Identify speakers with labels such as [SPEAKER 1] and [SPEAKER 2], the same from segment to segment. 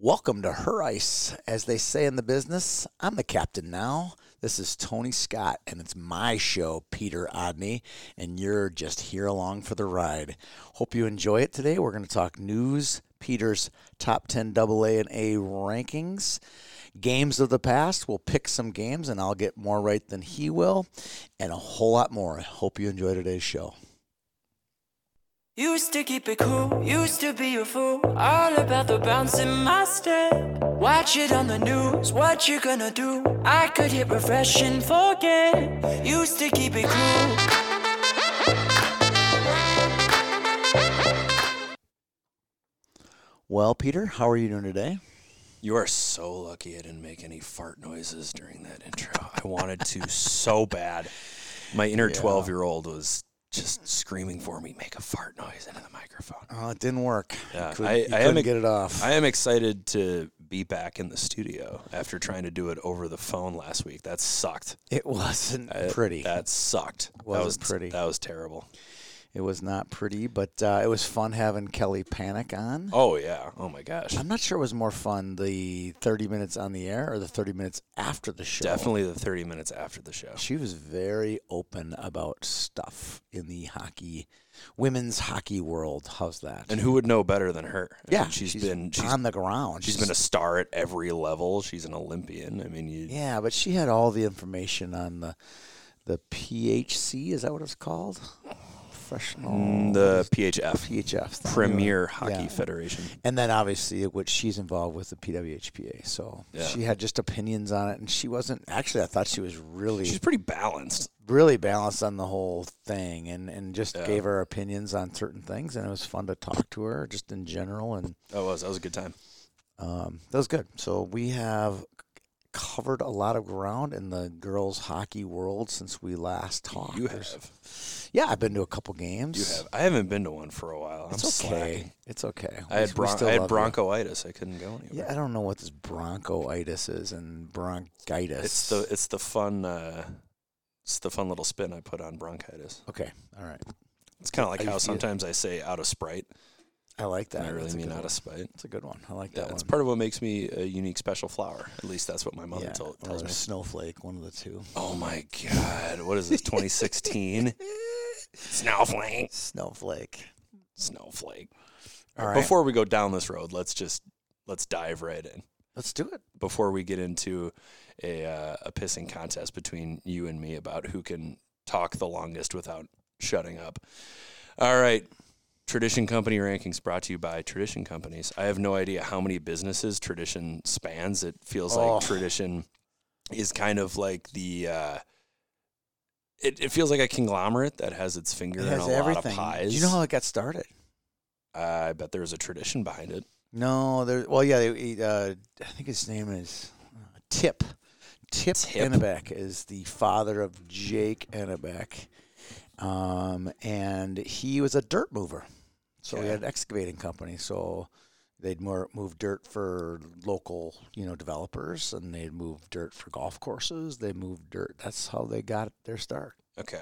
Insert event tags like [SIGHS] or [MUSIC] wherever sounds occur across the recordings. [SPEAKER 1] Welcome to Her Ice, as they say in the business. I'm the captain now. This is Tony Scott, and it's my show, Peter Odney, and you're just here along for the ride. Hope you enjoy it today. We're going to talk news, Peter's top 10 AA and A rankings, games of the past. We'll pick some games, and I'll get more right than he will, and a whole lot more. I hope you enjoy today's show.
[SPEAKER 2] Used to keep it cool, used to be a fool. All about the bounce in my step. Watch it on the news, what you gonna do? I could hit refresh and forget. Used to keep it cool.
[SPEAKER 1] Well, Peter, how are you doing today?
[SPEAKER 3] You are so lucky I didn't make any fart noises during that intro. I wanted to so bad. My inner 12 year old was just screaming for me, make a fart noise into the microphone.
[SPEAKER 1] Oh, it didn't work.
[SPEAKER 3] Yeah,
[SPEAKER 1] you could,
[SPEAKER 3] I-
[SPEAKER 1] you
[SPEAKER 3] I
[SPEAKER 1] couldn't
[SPEAKER 3] haven't-
[SPEAKER 1] get it off.
[SPEAKER 3] I am excited to be back in the studio after trying to do it over the phone last week. That sucked.
[SPEAKER 1] It [LAUGHS] wasn't
[SPEAKER 3] I-
[SPEAKER 1] pretty.
[SPEAKER 3] That sucked.
[SPEAKER 1] Wasn't
[SPEAKER 3] that was
[SPEAKER 1] pretty.
[SPEAKER 3] That was terrible.
[SPEAKER 1] It was not pretty, but uh, it was fun having Kelly Panic on.
[SPEAKER 3] Oh, yeah. Oh, my gosh.
[SPEAKER 1] I'm not sure it was more fun the 30 minutes on the air or the 30 minutes after the show.
[SPEAKER 3] Definitely the 30 minutes after the show.
[SPEAKER 1] She was very open about stuff in the hockey, women's hockey world. How's that?
[SPEAKER 3] And who would know better than her? I
[SPEAKER 1] yeah,
[SPEAKER 3] mean, she's been she's,
[SPEAKER 1] on the ground.
[SPEAKER 3] she's been a star at every level. She's an Olympian. I mean, you,
[SPEAKER 1] yeah, but she had all the information on the the PHC. Is that what it's called? Professional
[SPEAKER 3] Mm, the PHF,
[SPEAKER 1] PHF. thing.
[SPEAKER 3] Premier Hockey
[SPEAKER 1] Yeah.
[SPEAKER 3] Federation.
[SPEAKER 1] And then obviously what she's involved with the PWHPA. So
[SPEAKER 3] Yeah.
[SPEAKER 1] she had just opinions on it and she wasn't actually I thought she was really
[SPEAKER 3] She's pretty balanced.
[SPEAKER 1] really balanced on the whole thing and, and just
[SPEAKER 3] Yeah.
[SPEAKER 1] gave her opinions on certain things and it was fun to talk to her just in general and
[SPEAKER 3] That was that was a good time.
[SPEAKER 1] um, that was good. So we have c- covered a lot of ground in the girls hockey world since we last talked.
[SPEAKER 3] You
[SPEAKER 1] There's-
[SPEAKER 3] have,
[SPEAKER 1] Yeah, I've been to a couple games.
[SPEAKER 3] you have. I haven't been to one for a while. I'm
[SPEAKER 1] It's okay.
[SPEAKER 3] slacking.
[SPEAKER 1] It's okay.
[SPEAKER 3] I had,
[SPEAKER 1] We- we
[SPEAKER 3] bron-
[SPEAKER 1] still
[SPEAKER 3] I had
[SPEAKER 1] love you.
[SPEAKER 3] bronchitis. I couldn't go anywhere.
[SPEAKER 1] Yeah, I don't know what this bronchitis is and bronchitis.
[SPEAKER 3] It's the it's the fun uh, it's the fun little spin I put on bronchitis.
[SPEAKER 1] okay. All right,
[SPEAKER 3] It's kind of like
[SPEAKER 1] How you
[SPEAKER 3] how
[SPEAKER 1] feel?
[SPEAKER 3] sometimes I say out of sprite,
[SPEAKER 1] I like that.
[SPEAKER 3] and I really
[SPEAKER 1] That's a
[SPEAKER 3] mean
[SPEAKER 1] good
[SPEAKER 3] out
[SPEAKER 1] one.
[SPEAKER 3] of spite.
[SPEAKER 1] That's a good one. I like
[SPEAKER 3] Yeah,
[SPEAKER 1] that
[SPEAKER 3] it's
[SPEAKER 1] one.
[SPEAKER 3] part of what makes me a unique, special flower. At least that's what my mother
[SPEAKER 1] yeah,
[SPEAKER 3] told,
[SPEAKER 1] or
[SPEAKER 3] tells
[SPEAKER 1] a
[SPEAKER 3] me.
[SPEAKER 1] snowflake, one of the two.
[SPEAKER 3] Oh my god! What is this? 2016 snowflake.
[SPEAKER 1] [LAUGHS] Snowflake.
[SPEAKER 3] Snowflake.
[SPEAKER 1] All right.
[SPEAKER 3] Before we go down this road, let's just let's dive right in.
[SPEAKER 1] let's do it.
[SPEAKER 3] before we get into a uh, a pissing contest between you and me about who can talk the longest without shutting up. All right. Tradition Company rankings brought to you by Tradition Companies. I have no idea how many businesses Tradition spans. It feels
[SPEAKER 1] Oh.
[SPEAKER 3] like Tradition is kind of like the uh, it, it feels like a conglomerate that has its finger
[SPEAKER 1] It
[SPEAKER 3] in
[SPEAKER 1] has
[SPEAKER 3] a lot of
[SPEAKER 1] everything.
[SPEAKER 3] pies. Uh,
[SPEAKER 1] Do you know how it got started?
[SPEAKER 3] I bet there's a tradition behind it.
[SPEAKER 1] No, there. Well, yeah. They, uh, I think his name is uh, Tip. Tip,
[SPEAKER 3] Tip.
[SPEAKER 1] Ennebeck is the father of Jake Ennebeck, um, and he was a dirt mover. So he
[SPEAKER 3] Okay.
[SPEAKER 1] had an excavating company. So they'd more move dirt for local, you know, developers, and they'd move dirt for golf courses. They moved dirt. That's how they got their start
[SPEAKER 3] Okay.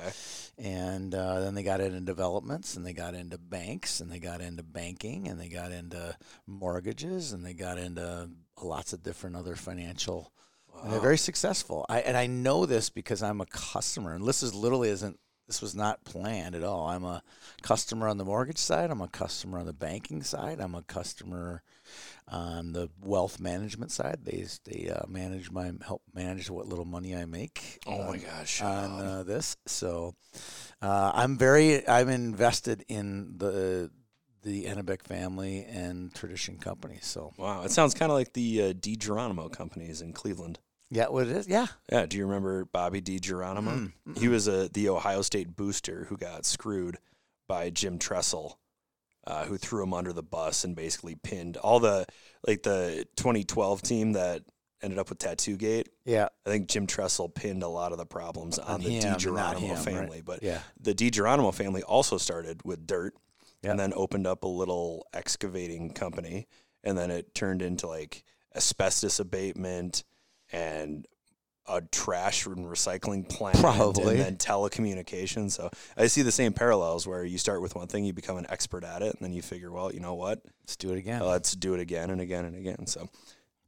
[SPEAKER 1] and uh, then they got into developments and they got into banks and they got into banking and they got into mortgages and they got into lots of different other financial and they're very successful I, and i know this because i'm a customer and this is literally isn't this was not planned at all i'm a customer on the mortgage side i'm a customer on the banking side i'm a customer on the wealth management side they, they uh, manage my help manage what little money i make
[SPEAKER 3] Oh
[SPEAKER 1] Um,
[SPEAKER 3] my gosh.
[SPEAKER 1] on uh, this. So uh, I'm very I'm invested in the the Ennebeck family and Tradition Company. So
[SPEAKER 3] Wow, it sounds kind of like the uh, D. Geronimo companies in Cleveland.
[SPEAKER 1] yeah, what it is? Yeah,
[SPEAKER 3] Yeah, do you remember Bobby D. Geronimo? He was a the Ohio State booster who got screwed by Jim Tressel, uh, who threw him under the bus and basically pinned all the like the 2012 team that ended up with Tattoo Gate.
[SPEAKER 1] yeah,
[SPEAKER 3] I think Jim Tressel pinned a lot of the problems on,
[SPEAKER 1] On
[SPEAKER 3] the
[SPEAKER 1] him,
[SPEAKER 3] D.
[SPEAKER 1] not
[SPEAKER 3] Geronimo
[SPEAKER 1] him, right.
[SPEAKER 3] family, but
[SPEAKER 1] yeah.
[SPEAKER 3] the D. Geronimo family also started with dirt
[SPEAKER 1] Yeah.
[SPEAKER 3] and then opened up a little excavating company. And then it turned into like asbestos abatement and a trash and recycling plant
[SPEAKER 1] Probably.
[SPEAKER 3] and then telecommunications. So I see the same parallels where you start with one thing, you become an expert at it, and then you figure, well, you know what?
[SPEAKER 1] Let's do it again.
[SPEAKER 3] Uh, Let's do it again and again and again. So,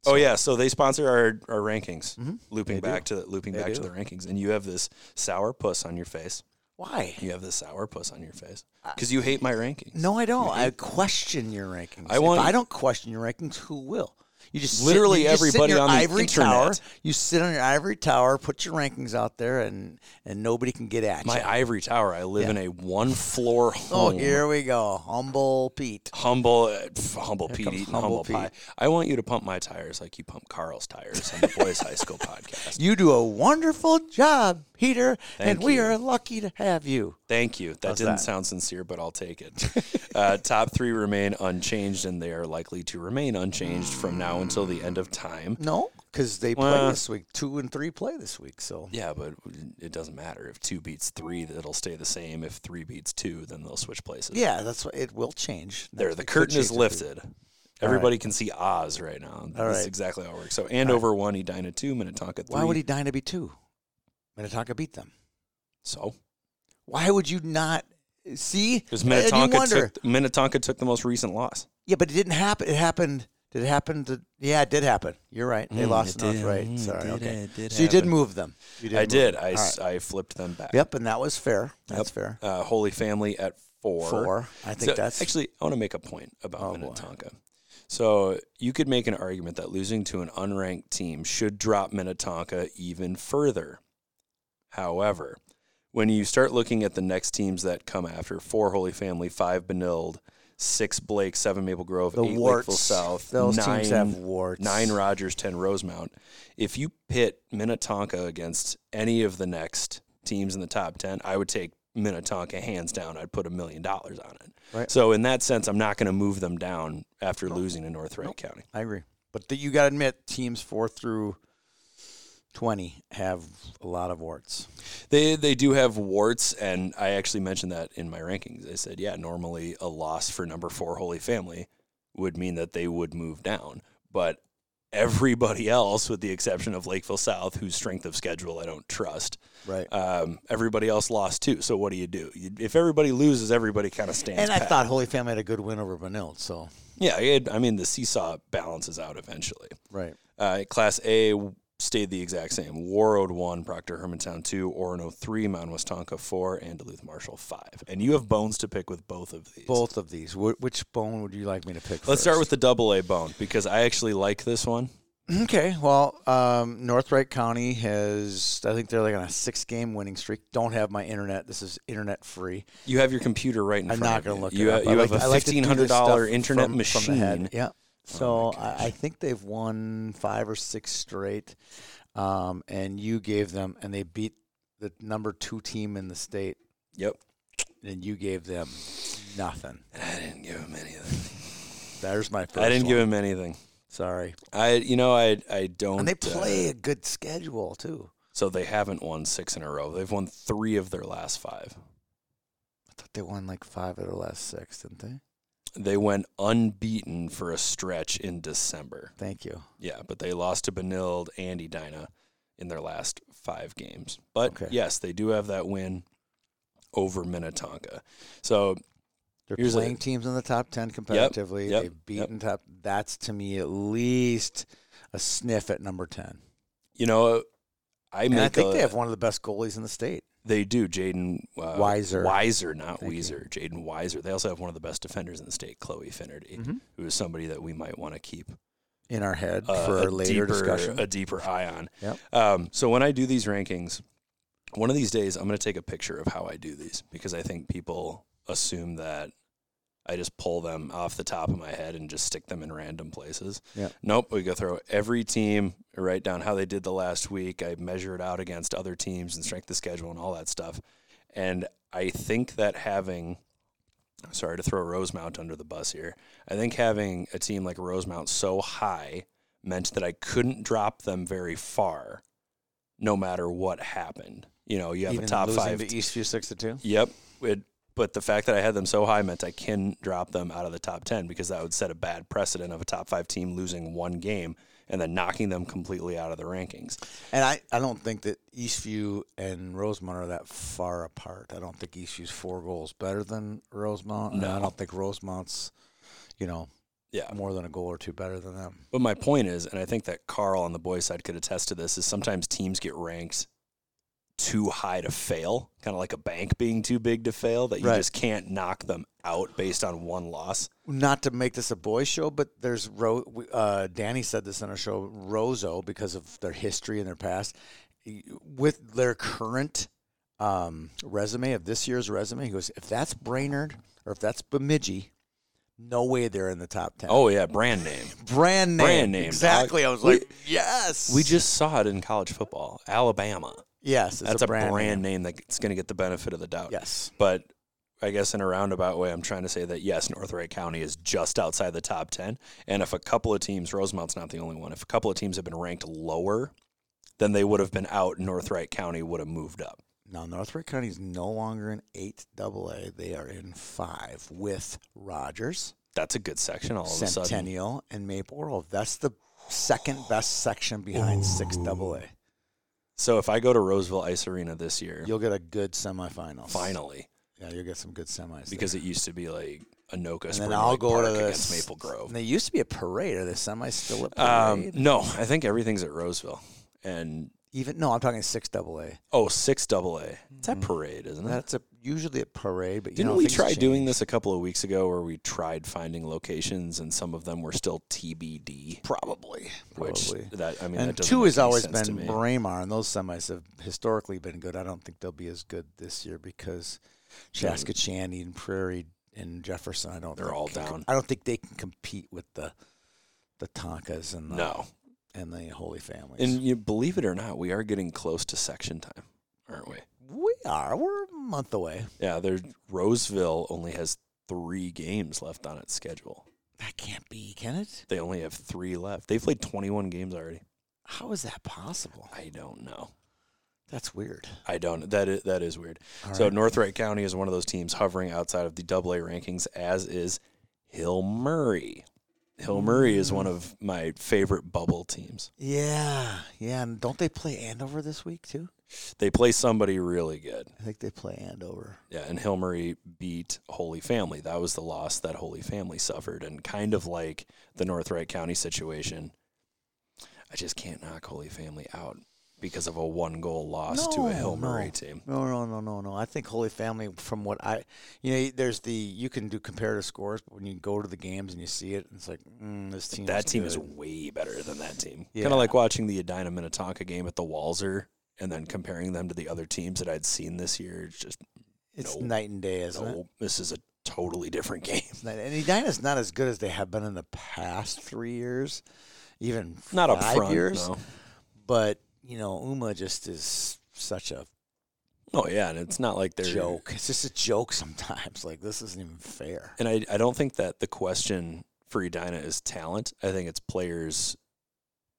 [SPEAKER 3] oh yeah, so they sponsor our, our rankings, looping
[SPEAKER 1] Mm-hmm. They do.
[SPEAKER 3] back to the, looping
[SPEAKER 1] They
[SPEAKER 3] back to
[SPEAKER 1] do.
[SPEAKER 3] the rankings, and you have this sour puss on your face.
[SPEAKER 1] Why?
[SPEAKER 3] You have this sour puss on your face because you hate my rankings.
[SPEAKER 1] Uh, No, I don't. I question your rankings.
[SPEAKER 3] I
[SPEAKER 1] If
[SPEAKER 3] want-
[SPEAKER 1] I don't question your rankings. Who will? You just sit-
[SPEAKER 3] Literally
[SPEAKER 1] you just sit in
[SPEAKER 3] everybody
[SPEAKER 1] your
[SPEAKER 3] on the
[SPEAKER 1] ivory
[SPEAKER 3] internet.
[SPEAKER 1] tower. You sit on your ivory tower, put your rankings out there, and and nobody can get at
[SPEAKER 3] my
[SPEAKER 1] you.
[SPEAKER 3] ivory tower. I live in a one floor
[SPEAKER 1] [LAUGHS] Oh,
[SPEAKER 3] home.
[SPEAKER 1] here we go, humble Pete.
[SPEAKER 3] Humble, uh, pff, humble Pete
[SPEAKER 1] comes
[SPEAKER 3] eating
[SPEAKER 1] humble
[SPEAKER 3] humble, pie. I want you to pump my tires like you pump Carl's tires on the Boys
[SPEAKER 1] [LAUGHS]
[SPEAKER 3] High School podcast.
[SPEAKER 1] You do a wonderful job, Peter, and
[SPEAKER 3] Thank
[SPEAKER 1] we
[SPEAKER 3] you.
[SPEAKER 1] are lucky to have you.
[SPEAKER 3] Thank you. That didn't
[SPEAKER 1] that?
[SPEAKER 3] sound sincere, but I'll take it.
[SPEAKER 1] [LAUGHS]
[SPEAKER 3] uh, top three remain unchanged, and they are likely to remain unchanged from now until the end of time.
[SPEAKER 1] No, because they
[SPEAKER 3] Well-
[SPEAKER 1] play this week. Two and three play this week, so
[SPEAKER 3] Yeah, but it doesn't matter. If two beats three, that'll stay the same. If three beats two, then they'll switch places.
[SPEAKER 1] yeah, that's what it will change.
[SPEAKER 3] There,
[SPEAKER 1] It
[SPEAKER 3] the
[SPEAKER 1] could
[SPEAKER 3] curtain is
[SPEAKER 1] change it.
[SPEAKER 3] lifted. Everybody can see Oz right now. That's
[SPEAKER 1] right.
[SPEAKER 3] exactly how it works. So Andover one, Edina two, Minnetonka three.
[SPEAKER 1] Why would he dine to be two? Minnetonka beat them.
[SPEAKER 3] So
[SPEAKER 1] Why would you not see?
[SPEAKER 3] because
[SPEAKER 1] And Uh, you
[SPEAKER 3] Minnetonka
[SPEAKER 1] wonder.
[SPEAKER 3] took Minnetonka took the most recent loss.
[SPEAKER 1] Yeah, but it didn't happen. It happened. Did it happen? To, yeah, it did happen. You're right. They
[SPEAKER 3] Mm,
[SPEAKER 1] lost
[SPEAKER 3] it
[SPEAKER 1] enough.
[SPEAKER 3] did.
[SPEAKER 1] Right.
[SPEAKER 3] Mm, it
[SPEAKER 1] Sorry.
[SPEAKER 3] did,
[SPEAKER 1] okay.
[SPEAKER 3] it did
[SPEAKER 1] so you did
[SPEAKER 3] happen.
[SPEAKER 1] move them. You
[SPEAKER 3] I
[SPEAKER 1] move
[SPEAKER 3] did.
[SPEAKER 1] them.
[SPEAKER 3] I,
[SPEAKER 1] All
[SPEAKER 3] s-
[SPEAKER 1] right.
[SPEAKER 3] I flipped them back.
[SPEAKER 1] Yep, and that was fair. That's fair.
[SPEAKER 3] Uh, Holy Family at four.
[SPEAKER 1] Four. I think
[SPEAKER 3] So,
[SPEAKER 1] that's
[SPEAKER 3] actually. I want to make a point about
[SPEAKER 1] Oh, boy.
[SPEAKER 3] Minnetonka. So you could make an argument that losing to an unranked team should drop Minnetonka even further. However, when you start looking at the next teams that come after four Holy Family, five Benilde, six Blake, seven Maple Grove,
[SPEAKER 1] The
[SPEAKER 3] eight Lakeville
[SPEAKER 1] warts.
[SPEAKER 3] South,
[SPEAKER 1] Those
[SPEAKER 3] nine,
[SPEAKER 1] teams have warts.
[SPEAKER 3] nine Rogers, ten Rosemount. If you pit Minnetonka against any of the next teams in the top ten, I would take Minnetonka hands down. I'd put a million dollars on it.
[SPEAKER 1] Right.
[SPEAKER 3] So in that sense, I'm not going to move them down after losing to North Wright County.
[SPEAKER 1] I agree. But the, you got to admit, teams four through twenty have a lot of warts.
[SPEAKER 3] They they do have warts, and I actually mentioned that in my rankings. I said, yeah, normally a loss for number four Holy Family would mean that they would move down, but everybody else, with the exception of Lakeville South, whose strength of schedule I don't trust,
[SPEAKER 1] Right.
[SPEAKER 3] um, everybody else lost too. So what do you do? You, if everybody loses, everybody kind of stands.
[SPEAKER 1] and I
[SPEAKER 3] pat.
[SPEAKER 1] thought Holy Family had a good win over Benilde. So
[SPEAKER 3] yeah, it, I mean the seesaw balances out eventually.
[SPEAKER 1] right.
[SPEAKER 3] Uh, class A stayed the exact same. Warroad one, Proctor Hermantown two, Orono three, Mount Westonka four, and Duluth Marshall five. And you have bones to pick with both of these.
[SPEAKER 1] Both of these. Wh- which bone would you like me to pick?
[SPEAKER 3] Let's start
[SPEAKER 1] first?
[SPEAKER 3] with the double A bone because I actually like this one.
[SPEAKER 1] Okay, well, um, North Wright County has, I think they're like on a six game winning streak. Don't have my internet. This is internet free.
[SPEAKER 3] You have your computer right in
[SPEAKER 1] I'm
[SPEAKER 3] front
[SPEAKER 1] not
[SPEAKER 3] of you.
[SPEAKER 1] going to look
[SPEAKER 3] you.
[SPEAKER 1] it
[SPEAKER 3] ha-
[SPEAKER 1] up.
[SPEAKER 3] You
[SPEAKER 1] I
[SPEAKER 3] have
[SPEAKER 1] like,
[SPEAKER 3] a
[SPEAKER 1] I like to do
[SPEAKER 3] fifteen
[SPEAKER 1] this
[SPEAKER 3] hundred dollar
[SPEAKER 1] stuff
[SPEAKER 3] internet
[SPEAKER 1] from,
[SPEAKER 3] machine. Oh
[SPEAKER 1] From the head. Yeah. So
[SPEAKER 3] my
[SPEAKER 1] I, I think they've won five or six straight. Um, and you gave them, and they beat the number two team in the state,
[SPEAKER 3] Yep.
[SPEAKER 1] and you gave them nothing.
[SPEAKER 3] I didn't give him anything.
[SPEAKER 1] There's my first
[SPEAKER 3] I didn't
[SPEAKER 1] one.
[SPEAKER 3] give him anything.
[SPEAKER 1] Sorry.
[SPEAKER 3] I you know I I don't.
[SPEAKER 1] And they
[SPEAKER 3] uh,
[SPEAKER 1] play a good schedule, too.
[SPEAKER 3] so they haven't won six in a row. They've won three of their last five.
[SPEAKER 1] I thought they won like five of the last six, didn't they?
[SPEAKER 3] They went unbeaten for a stretch in December.
[SPEAKER 1] Thank you.
[SPEAKER 3] Yeah, but they lost to Benilde and Edina in their last five games. But
[SPEAKER 1] Okay.
[SPEAKER 3] yes, they do have that win over Minnetonka. So
[SPEAKER 1] They're
[SPEAKER 3] Here's a-
[SPEAKER 1] playing teams in the top ten competitively.
[SPEAKER 3] yep,
[SPEAKER 1] They've beaten top. That's to me at least a sniff at number ten.
[SPEAKER 3] you know, I
[SPEAKER 1] And
[SPEAKER 3] make
[SPEAKER 1] I think
[SPEAKER 3] a-
[SPEAKER 1] they have one of the best goalies in the state.
[SPEAKER 3] They do. Jaden uh,
[SPEAKER 1] Weiser.
[SPEAKER 3] Weiser, not
[SPEAKER 1] Thank you.
[SPEAKER 3] Weezer. Jaden Weiser. They also have one of the best defenders in the state, Chloe Finnerty,
[SPEAKER 1] Mm-hmm.
[SPEAKER 3] who is somebody that we might want to keep
[SPEAKER 1] In our head
[SPEAKER 3] uh,
[SPEAKER 1] for
[SPEAKER 3] a
[SPEAKER 1] our later
[SPEAKER 3] deeper,
[SPEAKER 1] discussion.
[SPEAKER 3] a deeper eye on.
[SPEAKER 1] Yep.
[SPEAKER 3] Um, so when I do these rankings, one of these days I'm going to take a picture of how I do these because I think people assume that I just pull them off the top of my head and just stick them in random places.
[SPEAKER 1] Yep.
[SPEAKER 3] Nope, we go through every team, write down how they did the last week. I measure it out against other teams and strength of schedule and all that stuff. And I think that having sorry to throw Rosemount under the bus here. I think having a team like Rosemount so high meant that I couldn't drop them very far, no matter what happened. You know, you have
[SPEAKER 1] Even
[SPEAKER 3] a top
[SPEAKER 1] losing E-
[SPEAKER 3] five.
[SPEAKER 1] to Eastview six to two.
[SPEAKER 3] yep. It But the fact that I had them so high meant I can drop them out of the top 10 because that would set a bad precedent of a top five team losing one game and then knocking them completely out of the rankings.
[SPEAKER 1] And I, I don't think that Eastview and Rosemont are that far apart. I don't think Eastview's four goals better than Rosemont. and I
[SPEAKER 3] No.
[SPEAKER 1] don't think Rosemont's, you know,
[SPEAKER 3] Yeah.
[SPEAKER 1] more than a goal or two better than them.
[SPEAKER 3] But my point is, and I think that Carl on the boys' side could attest to this, is sometimes teams get ranked too high to fail, kind of like a bank being too big to fail, that you
[SPEAKER 1] Right.
[SPEAKER 3] just can't knock them out based on one loss.
[SPEAKER 1] Not to make this a boys' show, but there's Ro- we- uh, Danny said this on our show. Roseau, because of their history and their past, y- with their current um, resume of this year's resume, he goes, if that's Brainerd or if that's Bemidji, no way they're in the top ten.
[SPEAKER 3] Oh, yeah, brand name.
[SPEAKER 1] brand name.
[SPEAKER 3] Brand name, dog.
[SPEAKER 1] Exactly. I was
[SPEAKER 3] We-
[SPEAKER 1] like, yes.
[SPEAKER 3] We just saw it in college football. Alabama.
[SPEAKER 1] yes. It's
[SPEAKER 3] That's
[SPEAKER 1] a brand, name.
[SPEAKER 3] name, that's going to get the benefit of the doubt.
[SPEAKER 1] Yes.
[SPEAKER 3] But I guess in a roundabout way, I'm trying to say that yes, North Wright County is just outside the top 10. And if a couple of teams, Rosemont's not the only one, if a couple of teams have been ranked lower, then they would have been out. North Wright County would have moved up.
[SPEAKER 1] Now Northwood County is no longer in eight double A. They are in five with Rogers,
[SPEAKER 3] That's a good section all of a sudden.
[SPEAKER 1] Centennial, and Maple Grove. That's the second best section behind six double A.
[SPEAKER 3] So if I go to Roseville Ice Arena this year,
[SPEAKER 1] You'll get a good semifinals.
[SPEAKER 3] finally,
[SPEAKER 1] Yeah, you'll get some good semis.
[SPEAKER 3] because it used to be like Anoka
[SPEAKER 1] there. and
[SPEAKER 3] Spring
[SPEAKER 1] then I'll
[SPEAKER 3] Lake
[SPEAKER 1] go
[SPEAKER 3] Park
[SPEAKER 1] to the s-
[SPEAKER 3] against Maple Grove.
[SPEAKER 1] There used to be a parade. Are the semis still a
[SPEAKER 3] Um,
[SPEAKER 1] parade?
[SPEAKER 3] no, I think everything's at Roseville. And
[SPEAKER 1] Even no, I'm talking six double A.
[SPEAKER 3] oh, six double A. It's
[SPEAKER 1] Mm-hmm.
[SPEAKER 3] at parade, isn't it?
[SPEAKER 1] That's a usually a parade, but you
[SPEAKER 3] Didn't
[SPEAKER 1] know,
[SPEAKER 3] we
[SPEAKER 1] things
[SPEAKER 3] try doing
[SPEAKER 1] change.
[SPEAKER 3] this a couple of weeks ago where we tried finding locations and some of them were still TBD?
[SPEAKER 1] Probably,
[SPEAKER 3] Which
[SPEAKER 1] probably.
[SPEAKER 3] that I mean,
[SPEAKER 1] and
[SPEAKER 3] that doesn't
[SPEAKER 1] two
[SPEAKER 3] make
[SPEAKER 1] has
[SPEAKER 3] any
[SPEAKER 1] always
[SPEAKER 3] sense to
[SPEAKER 1] been
[SPEAKER 3] me.
[SPEAKER 1] Braemar, and those semis have historically been good. I don't think they'll be as good this year because
[SPEAKER 3] Mm.
[SPEAKER 1] Chaskachan, Eden Prairie, and Jefferson. I don't.
[SPEAKER 3] They're
[SPEAKER 1] think
[SPEAKER 3] all
[SPEAKER 1] can-
[SPEAKER 3] down.
[SPEAKER 1] I don't think they can compete with the the Tonkas and the,
[SPEAKER 3] No,
[SPEAKER 1] and the Holy Families.
[SPEAKER 3] and you believe it or not, we are getting close to section time, aren't we?
[SPEAKER 1] we are. We're a month away.
[SPEAKER 3] Yeah, there. Roseville only has three games left on its schedule.
[SPEAKER 1] That can't be, can it?
[SPEAKER 3] They only have three left. They've played 21 games already.
[SPEAKER 1] How is that possible?
[SPEAKER 3] I don't know.
[SPEAKER 1] That's weird.
[SPEAKER 3] I don't. That is, that is weird. so North Wright County is one of those teams hovering outside of the Double A rankings, as is Hill Murray. Hill Murray is one
[SPEAKER 1] Mm.
[SPEAKER 3] of my favorite bubble teams.
[SPEAKER 1] Yeah, yeah. And don't they play Andover this week too?
[SPEAKER 3] They play somebody really good.
[SPEAKER 1] I think they play Andover.
[SPEAKER 3] Yeah, and Hill Murray beat Holy Family. That was the loss that Holy Family suffered, and kind of like the North Wright County situation. I just can't knock Holy Family out because of a one goal loss to a Hill Murray
[SPEAKER 1] no.
[SPEAKER 3] team.
[SPEAKER 1] No, no, no, no, no. I think Holy Family, from what I, you know, there's the you can do comparative scores, but when you go to the games and you see it, it's like mm, this team.
[SPEAKER 3] That team is
[SPEAKER 1] good.
[SPEAKER 3] way better than that team.
[SPEAKER 1] Yeah.
[SPEAKER 3] Kind of like watching the Edina Minnetonka game at the Walzer and then comparing them to the other teams that I'd seen this year. It's just,
[SPEAKER 1] it's
[SPEAKER 3] no,
[SPEAKER 1] night and day, isn't it?
[SPEAKER 3] no, this is a totally different [LAUGHS] game.
[SPEAKER 1] It's night, and Edina's not as good as they have been in the past three years, even
[SPEAKER 3] Not up
[SPEAKER 1] five
[SPEAKER 3] front.
[SPEAKER 1] years.
[SPEAKER 3] No.
[SPEAKER 1] But you know, Uma just is such a
[SPEAKER 3] Oh, yeah. And it's not like they're.
[SPEAKER 1] joke. It's just a joke sometimes. [LAUGHS] Like this isn't even fair.
[SPEAKER 3] And I, I don't think that the question for Edina is talent. I think it's players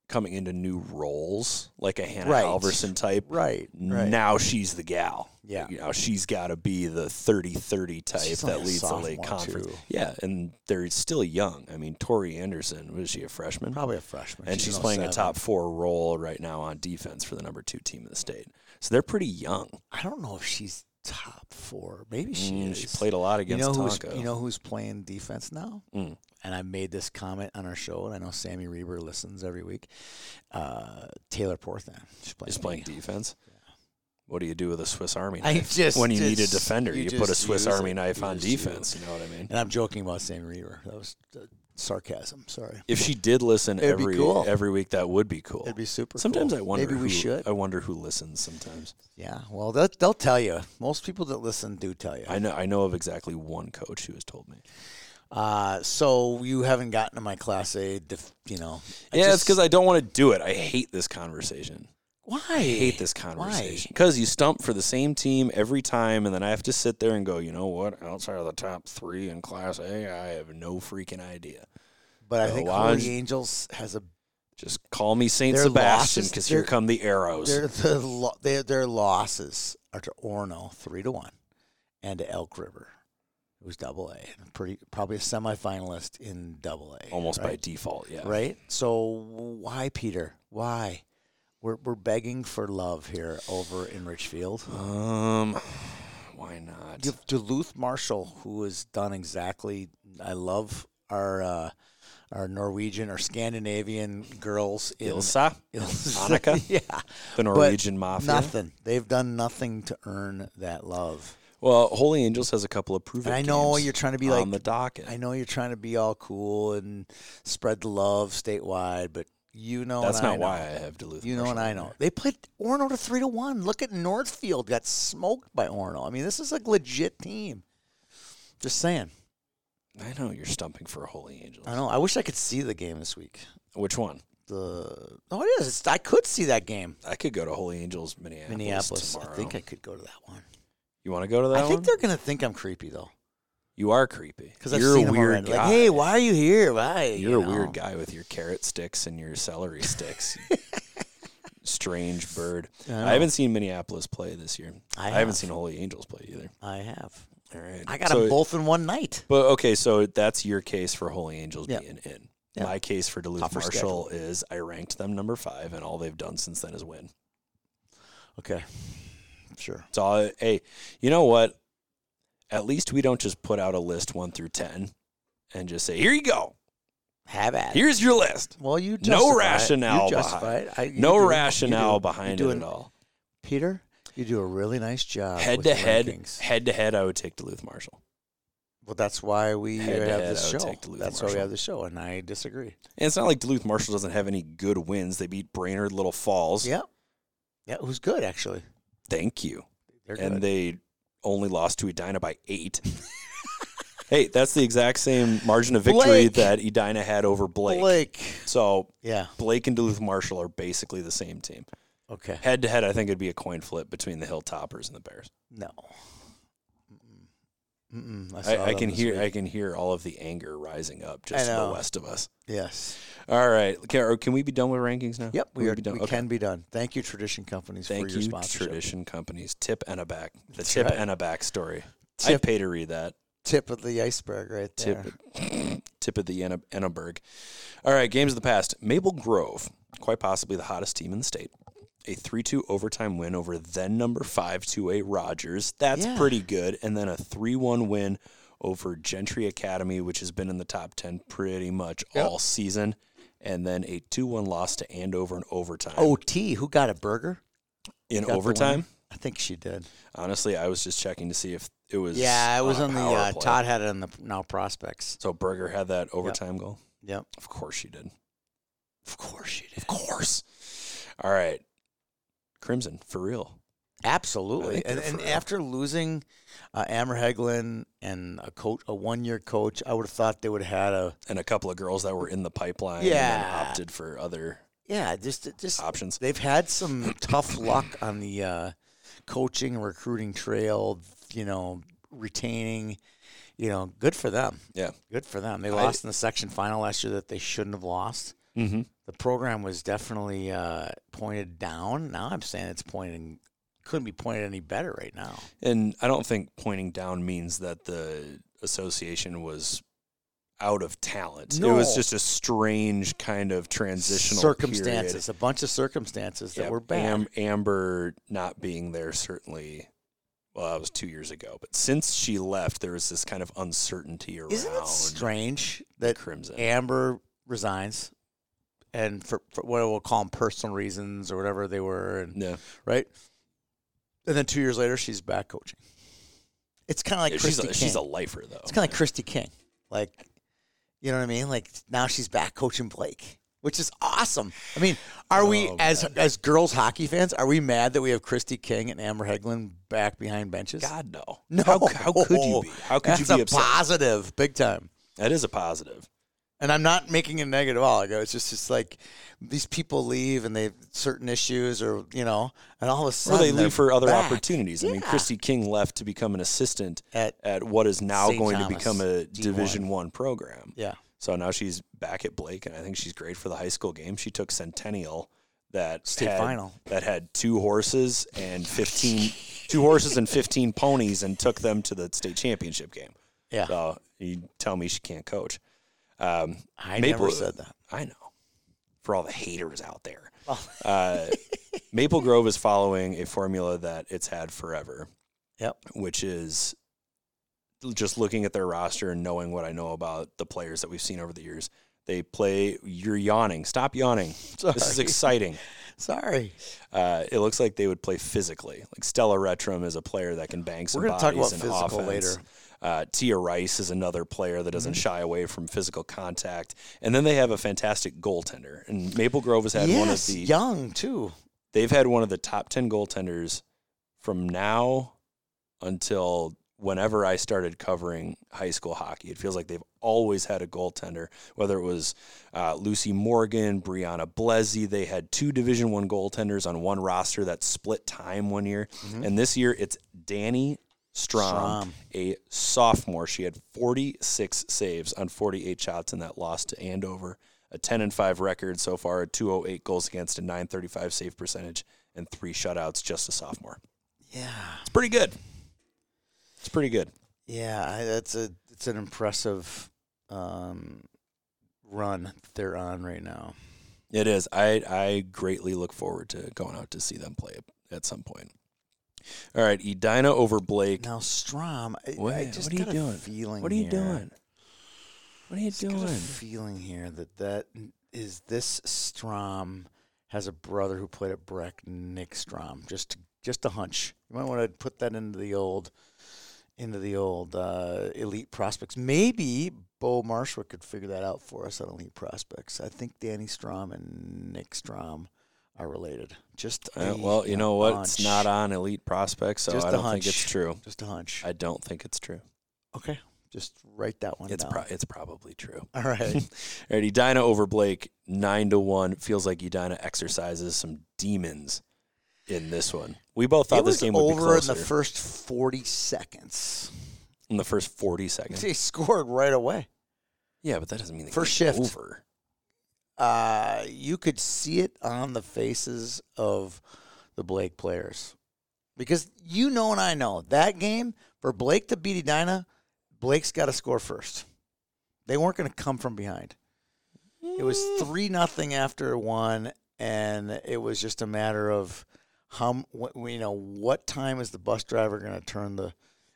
[SPEAKER 3] coming into new roles, like a Hannah
[SPEAKER 1] Right.
[SPEAKER 3] Alverson type.
[SPEAKER 1] Right. Right.
[SPEAKER 3] Now she's the gal.
[SPEAKER 1] Yeah.
[SPEAKER 3] You know, she's got to be the 30 30 type
[SPEAKER 1] She's
[SPEAKER 3] that
[SPEAKER 1] only a
[SPEAKER 3] leads the late
[SPEAKER 1] sophomore,
[SPEAKER 3] conference.
[SPEAKER 1] too.
[SPEAKER 3] Yeah. And they're still young. I mean, Tori Anderson, was she a freshman?
[SPEAKER 1] Probably a freshman.
[SPEAKER 3] And she's,
[SPEAKER 1] she's an
[SPEAKER 3] playing
[SPEAKER 1] 07.
[SPEAKER 3] a top four role right now on defense for the number two team in the state. So they're pretty young.
[SPEAKER 1] I don't know if she's top four. Maybe she
[SPEAKER 3] Mm,
[SPEAKER 1] is.
[SPEAKER 3] she played a lot
[SPEAKER 1] You
[SPEAKER 3] against
[SPEAKER 1] know who's
[SPEAKER 3] Tonka.
[SPEAKER 1] you know who's playing defense now?
[SPEAKER 3] Mm.
[SPEAKER 1] And I made this comment on our show, and I know Sammy Reber listens every week. Uh, Taylor Porthan, she's playing.
[SPEAKER 3] Is playing defense. What do you do with a Swiss Army
[SPEAKER 1] I
[SPEAKER 3] knife?
[SPEAKER 1] just-
[SPEAKER 3] when you need a
[SPEAKER 1] just-
[SPEAKER 3] defender,
[SPEAKER 1] you
[SPEAKER 3] you, put a
[SPEAKER 1] just
[SPEAKER 3] Swiss
[SPEAKER 1] use
[SPEAKER 3] Army
[SPEAKER 1] it.
[SPEAKER 3] knife
[SPEAKER 1] You
[SPEAKER 3] on
[SPEAKER 1] just use
[SPEAKER 3] defense. You know what I mean?
[SPEAKER 1] And I'm joking about Sammy Reber. That was uh, sarcasm. Sorry.
[SPEAKER 3] If she did listen
[SPEAKER 1] It'd be
[SPEAKER 3] every
[SPEAKER 1] cool.
[SPEAKER 3] every week, that would be cool.
[SPEAKER 1] It'd be super.
[SPEAKER 3] sometimes
[SPEAKER 1] cool.
[SPEAKER 3] I wonder.
[SPEAKER 1] Maybe
[SPEAKER 3] who,
[SPEAKER 1] we should.
[SPEAKER 3] I wonder who listens. Sometimes
[SPEAKER 1] yeah. Well, they'll, they'll tell you. Most people that listen do tell you.
[SPEAKER 3] I know. I know of exactly one coach who has told me.
[SPEAKER 1] Uh, so you haven't gotten to my class A. Def, you know. I
[SPEAKER 3] yeah, it's
[SPEAKER 1] just-
[SPEAKER 3] because I don't want to do it. I hate this conversation.
[SPEAKER 1] why
[SPEAKER 3] I hate this conversation because you stump for the same team every time, and then I have to sit there and go, you know what? Outside of the top three in Class A, I have no freaking idea.
[SPEAKER 1] But I
[SPEAKER 3] No,
[SPEAKER 1] think
[SPEAKER 3] why is-
[SPEAKER 1] Holy Angels has a
[SPEAKER 3] Just call me Saint
[SPEAKER 1] Their
[SPEAKER 3] Sebastian
[SPEAKER 1] losses-
[SPEAKER 3] because
[SPEAKER 1] their-
[SPEAKER 3] here come the arrows.
[SPEAKER 1] Their the lo- their their losses are to Orno three to one, and to Elk River, who was double A, pretty probably a semifinalist in double A,
[SPEAKER 3] almost by
[SPEAKER 1] right?
[SPEAKER 3] default. Yeah.
[SPEAKER 1] right? So why, Peter? Why? We're we're begging for love here over in Richfield.
[SPEAKER 3] Um, why not?
[SPEAKER 1] Du- Duluth Marshall, who has done exactly, I love our uh, our Norwegian or Scandinavian girls in [LAUGHS]
[SPEAKER 3] Ilsa,
[SPEAKER 1] Ilsa.
[SPEAKER 3] Annika?
[SPEAKER 1] yeah,
[SPEAKER 3] the Norwegian mafia.
[SPEAKER 1] nothing. They've done nothing to earn that love.
[SPEAKER 3] Well, Holy Angels has a couple of proven.
[SPEAKER 1] And I know you're trying to be
[SPEAKER 3] on
[SPEAKER 1] like,
[SPEAKER 3] the docket.
[SPEAKER 1] I know you're trying to be all cool and spread the love statewide, but you know,
[SPEAKER 3] That's
[SPEAKER 1] and I
[SPEAKER 3] not
[SPEAKER 1] know.
[SPEAKER 3] why I have Duluth.
[SPEAKER 1] You know
[SPEAKER 3] Marshall
[SPEAKER 1] and I
[SPEAKER 3] in
[SPEAKER 1] know.
[SPEAKER 3] there.
[SPEAKER 1] They played Orno to three to one. Look at Northfield got smoked by Orno. I mean, this is a legit team. Just saying.
[SPEAKER 3] I know you're stumping for Holy Angels.
[SPEAKER 1] I know. I wish I could see the game this week.
[SPEAKER 3] Which one?
[SPEAKER 1] The no, it is. It's, I could see that game.
[SPEAKER 3] I could go to Holy Angels, Minneapolis.
[SPEAKER 1] Minneapolis.
[SPEAKER 3] Tomorrow.
[SPEAKER 1] I think I could go to that one.
[SPEAKER 3] You want to go to that
[SPEAKER 1] I think
[SPEAKER 3] one?
[SPEAKER 1] they're gonna think I'm creepy though,
[SPEAKER 3] You are creepy.
[SPEAKER 1] because I've
[SPEAKER 3] You're
[SPEAKER 1] seen
[SPEAKER 3] a
[SPEAKER 1] them
[SPEAKER 3] weird
[SPEAKER 1] already.
[SPEAKER 3] guy.
[SPEAKER 1] Like, hey, why are you here? Why?
[SPEAKER 3] You're
[SPEAKER 1] you
[SPEAKER 3] a weird
[SPEAKER 1] know?
[SPEAKER 3] guy with your carrot sticks and your celery sticks.
[SPEAKER 1] [LAUGHS]
[SPEAKER 3] you Strange bird.
[SPEAKER 1] know.
[SPEAKER 3] I haven't seen Minneapolis play this year.
[SPEAKER 1] I
[SPEAKER 3] haven't
[SPEAKER 1] have.
[SPEAKER 3] seen Holy Angels play either.
[SPEAKER 1] I have.
[SPEAKER 3] All right.
[SPEAKER 1] I got
[SPEAKER 3] so,
[SPEAKER 1] them both in one night.
[SPEAKER 3] But okay, so that's your case for Holy Angels
[SPEAKER 1] Yeah.
[SPEAKER 3] being in.
[SPEAKER 1] Yeah.
[SPEAKER 3] My case for Duluth
[SPEAKER 1] Tougher
[SPEAKER 3] Marshall is I ranked them number five, and all they've done since then is win.
[SPEAKER 1] Okay. Sure.
[SPEAKER 3] It's all. Hey, you know what? At least we don't just put out a list one through ten, and just say, "Here you go.
[SPEAKER 1] Have at it.
[SPEAKER 3] Here's your list."
[SPEAKER 1] Well, you
[SPEAKER 3] No
[SPEAKER 1] justify it.
[SPEAKER 3] rationale
[SPEAKER 1] You justify
[SPEAKER 3] behind-
[SPEAKER 1] it. I- you
[SPEAKER 3] No
[SPEAKER 1] do. You do.
[SPEAKER 3] rationale
[SPEAKER 1] You
[SPEAKER 3] behind
[SPEAKER 1] do
[SPEAKER 3] it
[SPEAKER 1] an-
[SPEAKER 3] at all.
[SPEAKER 1] Peter, you do a really nice job. uh,
[SPEAKER 3] Head
[SPEAKER 1] with
[SPEAKER 3] to head,
[SPEAKER 1] rankings.
[SPEAKER 3] head to head, I would take Duluth Marshall.
[SPEAKER 1] Well, that's why we
[SPEAKER 3] Head to
[SPEAKER 1] have
[SPEAKER 3] head,
[SPEAKER 1] this
[SPEAKER 3] I would
[SPEAKER 1] show.
[SPEAKER 3] take Duluth
[SPEAKER 1] That's why we
[SPEAKER 3] Marshall.
[SPEAKER 1] have this show, and I disagree.
[SPEAKER 3] And it's not like Duluth Marshall doesn't have any good wins. They beat Brainerd, Little Falls.
[SPEAKER 1] Yeah. Yeah, it was good, actually.
[SPEAKER 3] Thank you.
[SPEAKER 1] They're
[SPEAKER 3] and
[SPEAKER 1] good.
[SPEAKER 3] they only lost to Edina by eight. [LAUGHS] hey, that's the exact same margin of victory
[SPEAKER 1] Blake.
[SPEAKER 3] that Edina had over Blake. So
[SPEAKER 1] Yeah.
[SPEAKER 3] Blake and Duluth Marshall are basically the same team.
[SPEAKER 1] Okay.
[SPEAKER 3] Head to head, I think it'd be a coin flip between the Hilltoppers and the Bears.
[SPEAKER 1] No. Mm-mm. Mm-mm. I,
[SPEAKER 3] I,
[SPEAKER 1] saw
[SPEAKER 3] I
[SPEAKER 1] them
[SPEAKER 3] can
[SPEAKER 1] this
[SPEAKER 3] hear
[SPEAKER 1] week.
[SPEAKER 3] I can hear all of the anger rising up just
[SPEAKER 1] I
[SPEAKER 3] to the
[SPEAKER 1] know.
[SPEAKER 3] west of us.
[SPEAKER 1] Yes.
[SPEAKER 3] All right, can, or can we be done with rankings now?
[SPEAKER 1] Yep.
[SPEAKER 3] Can
[SPEAKER 1] We, are,
[SPEAKER 3] be done?
[SPEAKER 1] we
[SPEAKER 3] Okay.
[SPEAKER 1] can be done. Thank you, Tradition Companies,
[SPEAKER 3] Thank
[SPEAKER 1] for your
[SPEAKER 3] you,
[SPEAKER 1] sponsorship.
[SPEAKER 3] tradition companies. Tip and a back. The
[SPEAKER 1] That's
[SPEAKER 3] tip
[SPEAKER 1] right.
[SPEAKER 3] and a back story. i
[SPEAKER 1] Tip-
[SPEAKER 3] pay to read that.
[SPEAKER 1] Tip of the iceberg right there.
[SPEAKER 3] tip tip of the Anna- Annenberg. All right, games of the past. Maple Grove, quite possibly the hottest team in the state. A 3 2 overtime win over then number 5 2A Rogers. That's
[SPEAKER 1] Yeah.
[SPEAKER 3] pretty good. And then a 3 1 win over Gentry Academy, which has been in the top 10 pretty much all season. And then a 2 1 loss to Andover in overtime.
[SPEAKER 1] OT, Oh, who got a burger? Got
[SPEAKER 3] in
[SPEAKER 1] the winner?
[SPEAKER 3] overtime?
[SPEAKER 1] I think she did.
[SPEAKER 3] Honestly, I was just checking to see if it was.
[SPEAKER 1] Yeah, it was
[SPEAKER 3] a
[SPEAKER 1] on the
[SPEAKER 3] power
[SPEAKER 1] uh,
[SPEAKER 3] play.
[SPEAKER 1] Todd had it on the now prospects.
[SPEAKER 3] So Berger had that overtime goal?
[SPEAKER 1] Yep.
[SPEAKER 3] Of course she did. Of course she did. Of course. All right. Crimson, for real.
[SPEAKER 1] Absolutely.
[SPEAKER 3] think
[SPEAKER 1] And,
[SPEAKER 3] they're
[SPEAKER 1] and
[SPEAKER 3] for real.
[SPEAKER 1] after losing uh, Amber Heglin and a coach, a one-year coach, I would have thought they would have had a
[SPEAKER 3] And a couple of girls that were in the pipeline and
[SPEAKER 1] Yeah.
[SPEAKER 3] then opted for other
[SPEAKER 1] yeah. Just just
[SPEAKER 3] options.
[SPEAKER 1] they've had some tough luck on the uh, coaching and recruiting trail. You know, retaining. You know, good for them.
[SPEAKER 3] Yeah.
[SPEAKER 1] Good for them. They
[SPEAKER 3] I-
[SPEAKER 1] lost in the section final last year that they shouldn't have lost.
[SPEAKER 3] Mm-hmm.
[SPEAKER 1] The program was definitely uh, pointed down. Now I'm saying it's pointing couldn't be pointed any better right now.
[SPEAKER 3] And I don't think pointing down means that the association was out of talent. It was
[SPEAKER 1] No.
[SPEAKER 3] just a strange kind of transitional
[SPEAKER 1] circumstances,
[SPEAKER 3] period.
[SPEAKER 1] a bunch of circumstances that
[SPEAKER 3] Yeah,
[SPEAKER 1] were bad.
[SPEAKER 3] Am- Amber not being there certainly. Well, that was two years ago, but since she left, there was this kind of uncertainty around
[SPEAKER 1] Isn't it strange that
[SPEAKER 3] Crimson.
[SPEAKER 1] Amber resigns, and for, for what we'll call them personal reasons or whatever they were, and
[SPEAKER 3] Yeah.
[SPEAKER 1] right, and then two years later she's back coaching. It's kind of like
[SPEAKER 3] Yeah, she's,
[SPEAKER 1] Christy
[SPEAKER 3] a,
[SPEAKER 1] King.
[SPEAKER 3] she's a lifer though.
[SPEAKER 1] it's kind of like Christy King, like you know what I mean. Like now she's back coaching Blake. Which is awesome. I mean, are we
[SPEAKER 3] Oh,
[SPEAKER 1] as as girls hockey fans? Are we mad that we have Christy King and Amber Heglin back behind benches?
[SPEAKER 3] God no.
[SPEAKER 1] [LAUGHS] No,
[SPEAKER 3] How, how could you be? How could
[SPEAKER 1] That's
[SPEAKER 3] you be
[SPEAKER 1] a
[SPEAKER 3] upset?
[SPEAKER 1] positive, big time.
[SPEAKER 3] that is a positive.
[SPEAKER 1] And I'm not making it negative at all. I go, it's just it's like these people leave and they have certain issues, or you know, and all of a
[SPEAKER 3] Or
[SPEAKER 1] sudden
[SPEAKER 3] they
[SPEAKER 1] they're
[SPEAKER 3] leave for other
[SPEAKER 1] back.
[SPEAKER 3] opportunities. I mean,
[SPEAKER 1] Yeah.
[SPEAKER 3] Christy King left to become an assistant
[SPEAKER 1] At-
[SPEAKER 3] at what is now
[SPEAKER 1] St.
[SPEAKER 3] going to
[SPEAKER 1] Thomas,
[SPEAKER 3] become a
[SPEAKER 1] D1.
[SPEAKER 3] Division One program.
[SPEAKER 1] Yeah,
[SPEAKER 3] So now she's back at Blake, and I think she's great for the high school game. She took Centennial, that
[SPEAKER 1] State
[SPEAKER 3] had-
[SPEAKER 1] final.
[SPEAKER 3] that had two horses and 15 two horses and 15 ponies and took them to the state championship game.
[SPEAKER 1] Yeah.
[SPEAKER 3] So you tell me she can't coach. Um,
[SPEAKER 1] I never
[SPEAKER 3] Maple-
[SPEAKER 1] said that.
[SPEAKER 3] I know. For all the haters out there. Uh, Maple Grove is following a formula that it's had forever,
[SPEAKER 1] Yep.
[SPEAKER 3] which is just looking at their roster and knowing what I know about the players that we've seen over the years. They play, you're yawning.
[SPEAKER 1] [LAUGHS]
[SPEAKER 3] Stop yawning. This is
[SPEAKER 1] Sorry.
[SPEAKER 3] exciting.
[SPEAKER 1] Sorry.
[SPEAKER 3] Uh, it looks like they would play physically. Like Stella Retrum is a player that can bang some
[SPEAKER 1] We're gonna
[SPEAKER 3] bodies
[SPEAKER 1] talk
[SPEAKER 3] and
[SPEAKER 1] about physical
[SPEAKER 3] offense.
[SPEAKER 1] later. Mm-hmm.
[SPEAKER 3] Uh, Tia Rice is another player that doesn't shy away from physical contact. And then they have a fantastic goaltender. And Maple Grove has had
[SPEAKER 1] yes,
[SPEAKER 3] one of the
[SPEAKER 1] young too.
[SPEAKER 3] they've had one of the top 10 goaltenders from now until whenever I started covering high school hockey. It feels like they've always had a goaltender, whether it was uh, Lucy Morgan, Brianna Blezzy. They had two Division One goaltenders on one roster that split time one year. And this year it's Danny Strom,
[SPEAKER 1] Strom.
[SPEAKER 3] a sophomore. She had 46 saves on 48 shots in that loss to Andover. A 10 and 5 record so far, a 208 goals against, a 935 save percentage, and three shutouts. Just a sophomore.
[SPEAKER 1] Yeah.
[SPEAKER 3] It's pretty good. It's pretty good.
[SPEAKER 1] Yeah, I, that's a it's an impressive um, run they're on right now.
[SPEAKER 3] It is. I I greatly look forward to going out to see them plplay at some point. All right, Edina over Blake.
[SPEAKER 1] Now Strom, I,
[SPEAKER 3] What,
[SPEAKER 1] I just
[SPEAKER 3] what are you
[SPEAKER 1] got
[SPEAKER 3] doing?
[SPEAKER 1] a feeling.
[SPEAKER 3] what are you
[SPEAKER 1] here.
[SPEAKER 3] doing? What are you
[SPEAKER 1] Just got a
[SPEAKER 3] doing?
[SPEAKER 1] feeling here that that is this Strom has a brother who played at Breck, Nick Strom. Just just a hunch. You might want to put that into the old into the old uh, elite prospects. Maybe Bo Marshwick could figure that out for us on elite prospects. I think Danny Strom and Nick Strom are related. Just
[SPEAKER 3] Uh,
[SPEAKER 1] a
[SPEAKER 3] well, you know what? It's
[SPEAKER 1] hunch.
[SPEAKER 3] not on Elite Prospects, so
[SPEAKER 1] Just
[SPEAKER 3] I
[SPEAKER 1] a
[SPEAKER 3] don't think it's
[SPEAKER 1] hunch.
[SPEAKER 3] true.
[SPEAKER 1] Just a hunch.
[SPEAKER 3] I don't think it's true.
[SPEAKER 1] okay, just write that one
[SPEAKER 3] It's
[SPEAKER 1] down.
[SPEAKER 3] pro- it's probably true.
[SPEAKER 1] All
[SPEAKER 3] [LAUGHS]
[SPEAKER 1] right.
[SPEAKER 3] All right, Edina over Blake, nine to one. Feels like Edina exercises some demons in this one. We both thought
[SPEAKER 1] it was
[SPEAKER 3] this game would be
[SPEAKER 1] over in
[SPEAKER 3] closer
[SPEAKER 1] the first 40 seconds.
[SPEAKER 3] in the first forty
[SPEAKER 1] [LAUGHS]
[SPEAKER 3] seconds.
[SPEAKER 1] They scored right away.
[SPEAKER 3] Yeah, but that doesn't mean the
[SPEAKER 1] First
[SPEAKER 3] game's
[SPEAKER 1] shift.
[SPEAKER 3] over.
[SPEAKER 1] Uh, you could see it on the faces of the Blake players because you know and I know that game for Blake to beat Edina, Blake's got to score first. They weren't going to come from behind. It was three nothing after one, and it was just a matter of how m- what, you know what time is the bus driver going to turn the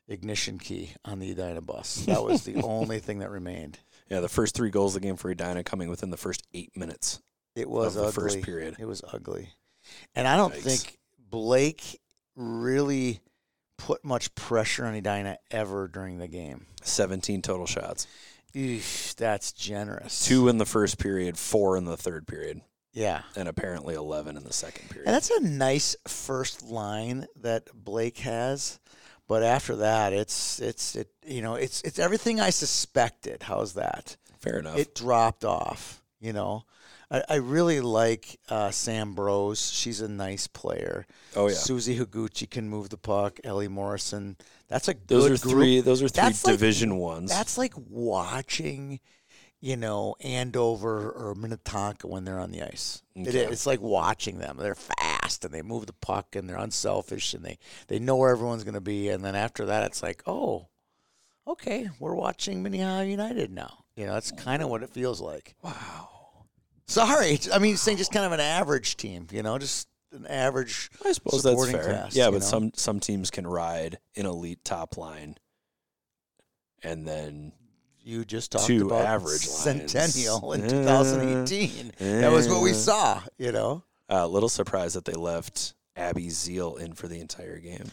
[SPEAKER 1] ignition key on the Edina bus. That was the only thing that remained.
[SPEAKER 3] Yeah, the first three goals of the game for Edina coming within the first eight minutes.
[SPEAKER 1] It was
[SPEAKER 3] the
[SPEAKER 1] ugly.
[SPEAKER 3] first period.
[SPEAKER 1] It was ugly, and I don't
[SPEAKER 3] Yikes.
[SPEAKER 1] think Blake really put much pressure on Edina ever during the game.
[SPEAKER 3] Seventeen total shots.
[SPEAKER 1] Eesh, that's generous.
[SPEAKER 3] Two in the first period, four in the third period,
[SPEAKER 1] yeah,
[SPEAKER 3] and apparently eleven in the second period.
[SPEAKER 1] and that's a nice first line that Blake has. But after that, it's it's it you know it's it's everything I suspected. How's that?
[SPEAKER 3] Fair enough.
[SPEAKER 1] it dropped off. You know, I, I really like uh, Sam Bros. She's a nice player.
[SPEAKER 3] Oh, yeah.
[SPEAKER 1] Susie Higuchi can move the puck. Ellie Morrison. That's a
[SPEAKER 3] those
[SPEAKER 1] good
[SPEAKER 3] are
[SPEAKER 1] group.
[SPEAKER 3] three. Those are three
[SPEAKER 1] That's like-
[SPEAKER 3] division ones.
[SPEAKER 1] That's like watching, you know, Andover or Minnetonka when they're on the ice. It
[SPEAKER 3] Okay.
[SPEAKER 1] is. it's like watching them. They're fast and they move the puck and they're unselfish and they, they know where everyone's going to be. And then after that, it's like, oh, okay, we're watching Minnehaha United now. You know, that's kind of what it feels like.
[SPEAKER 3] wow.
[SPEAKER 1] Sorry, it's- I mean, saying just kind of an average team, you know, just an average.
[SPEAKER 3] I suppose that's
[SPEAKER 1] supporting
[SPEAKER 3] fair.
[SPEAKER 1] cast,
[SPEAKER 3] yeah,
[SPEAKER 1] you
[SPEAKER 3] but
[SPEAKER 1] know?
[SPEAKER 3] some some teams can ride an elite top line, and then
[SPEAKER 1] You just talked
[SPEAKER 3] Two
[SPEAKER 1] about
[SPEAKER 3] average lines.
[SPEAKER 1] Centennial in
[SPEAKER 3] Yeah.
[SPEAKER 1] 2018. That was what we
[SPEAKER 3] Yeah.
[SPEAKER 1] saw, you know.
[SPEAKER 3] uh, little surprised that they left Abby Zeal in for the entire game.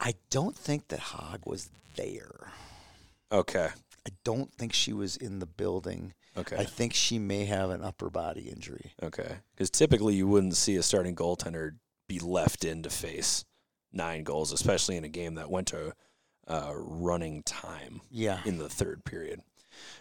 [SPEAKER 1] I don't think that Hogg was there.
[SPEAKER 3] Okay,
[SPEAKER 1] I don't think she was in the building.
[SPEAKER 3] okay,
[SPEAKER 1] I think she may have an upper body injury.
[SPEAKER 3] okay. Because typically you wouldn't see a starting goaltender be left in to face nine goals, especially in a game that went to uh, running time.
[SPEAKER 1] Yeah.
[SPEAKER 3] in the third period.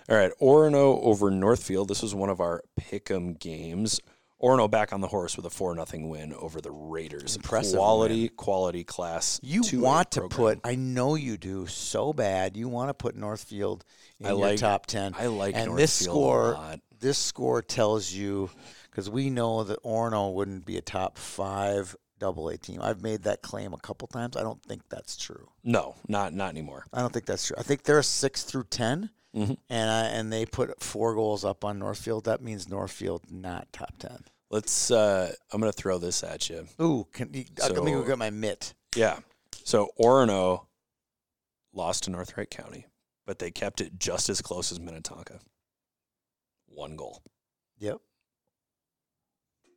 [SPEAKER 3] All right, Orono over Northfield. This was one of our pick'em games. Orono back on the horse with a four nothing win over the Raiders.
[SPEAKER 1] Impressive
[SPEAKER 3] quality, quality class.
[SPEAKER 1] You
[SPEAKER 3] 2A
[SPEAKER 1] want to
[SPEAKER 3] program.
[SPEAKER 1] put, I know you do so bad. You want to put Northfield in
[SPEAKER 3] I
[SPEAKER 1] your
[SPEAKER 3] like-
[SPEAKER 1] top 10.
[SPEAKER 3] I like
[SPEAKER 1] and
[SPEAKER 3] Northfield
[SPEAKER 1] this score
[SPEAKER 3] a lot.
[SPEAKER 1] this score tells you because we know that Orno wouldn't be a top five double A team. I've made that claim a couple times. I don't think that's true.
[SPEAKER 3] No, not not anymore.
[SPEAKER 1] I don't think that's true. I think they're a six through 10
[SPEAKER 3] Mhm.
[SPEAKER 1] and I, and they put four goals up on Northfield. That means Northfield not top ten.
[SPEAKER 3] Let's. Uh, I'm gonna throw this at you.
[SPEAKER 1] Ooh, can you, uh, let me go
[SPEAKER 3] So-
[SPEAKER 1] get my mitt.
[SPEAKER 3] Yeah. So Orono lost to North Wright County, but they kept it just as close as Minnetonka. One goal.
[SPEAKER 1] Yep.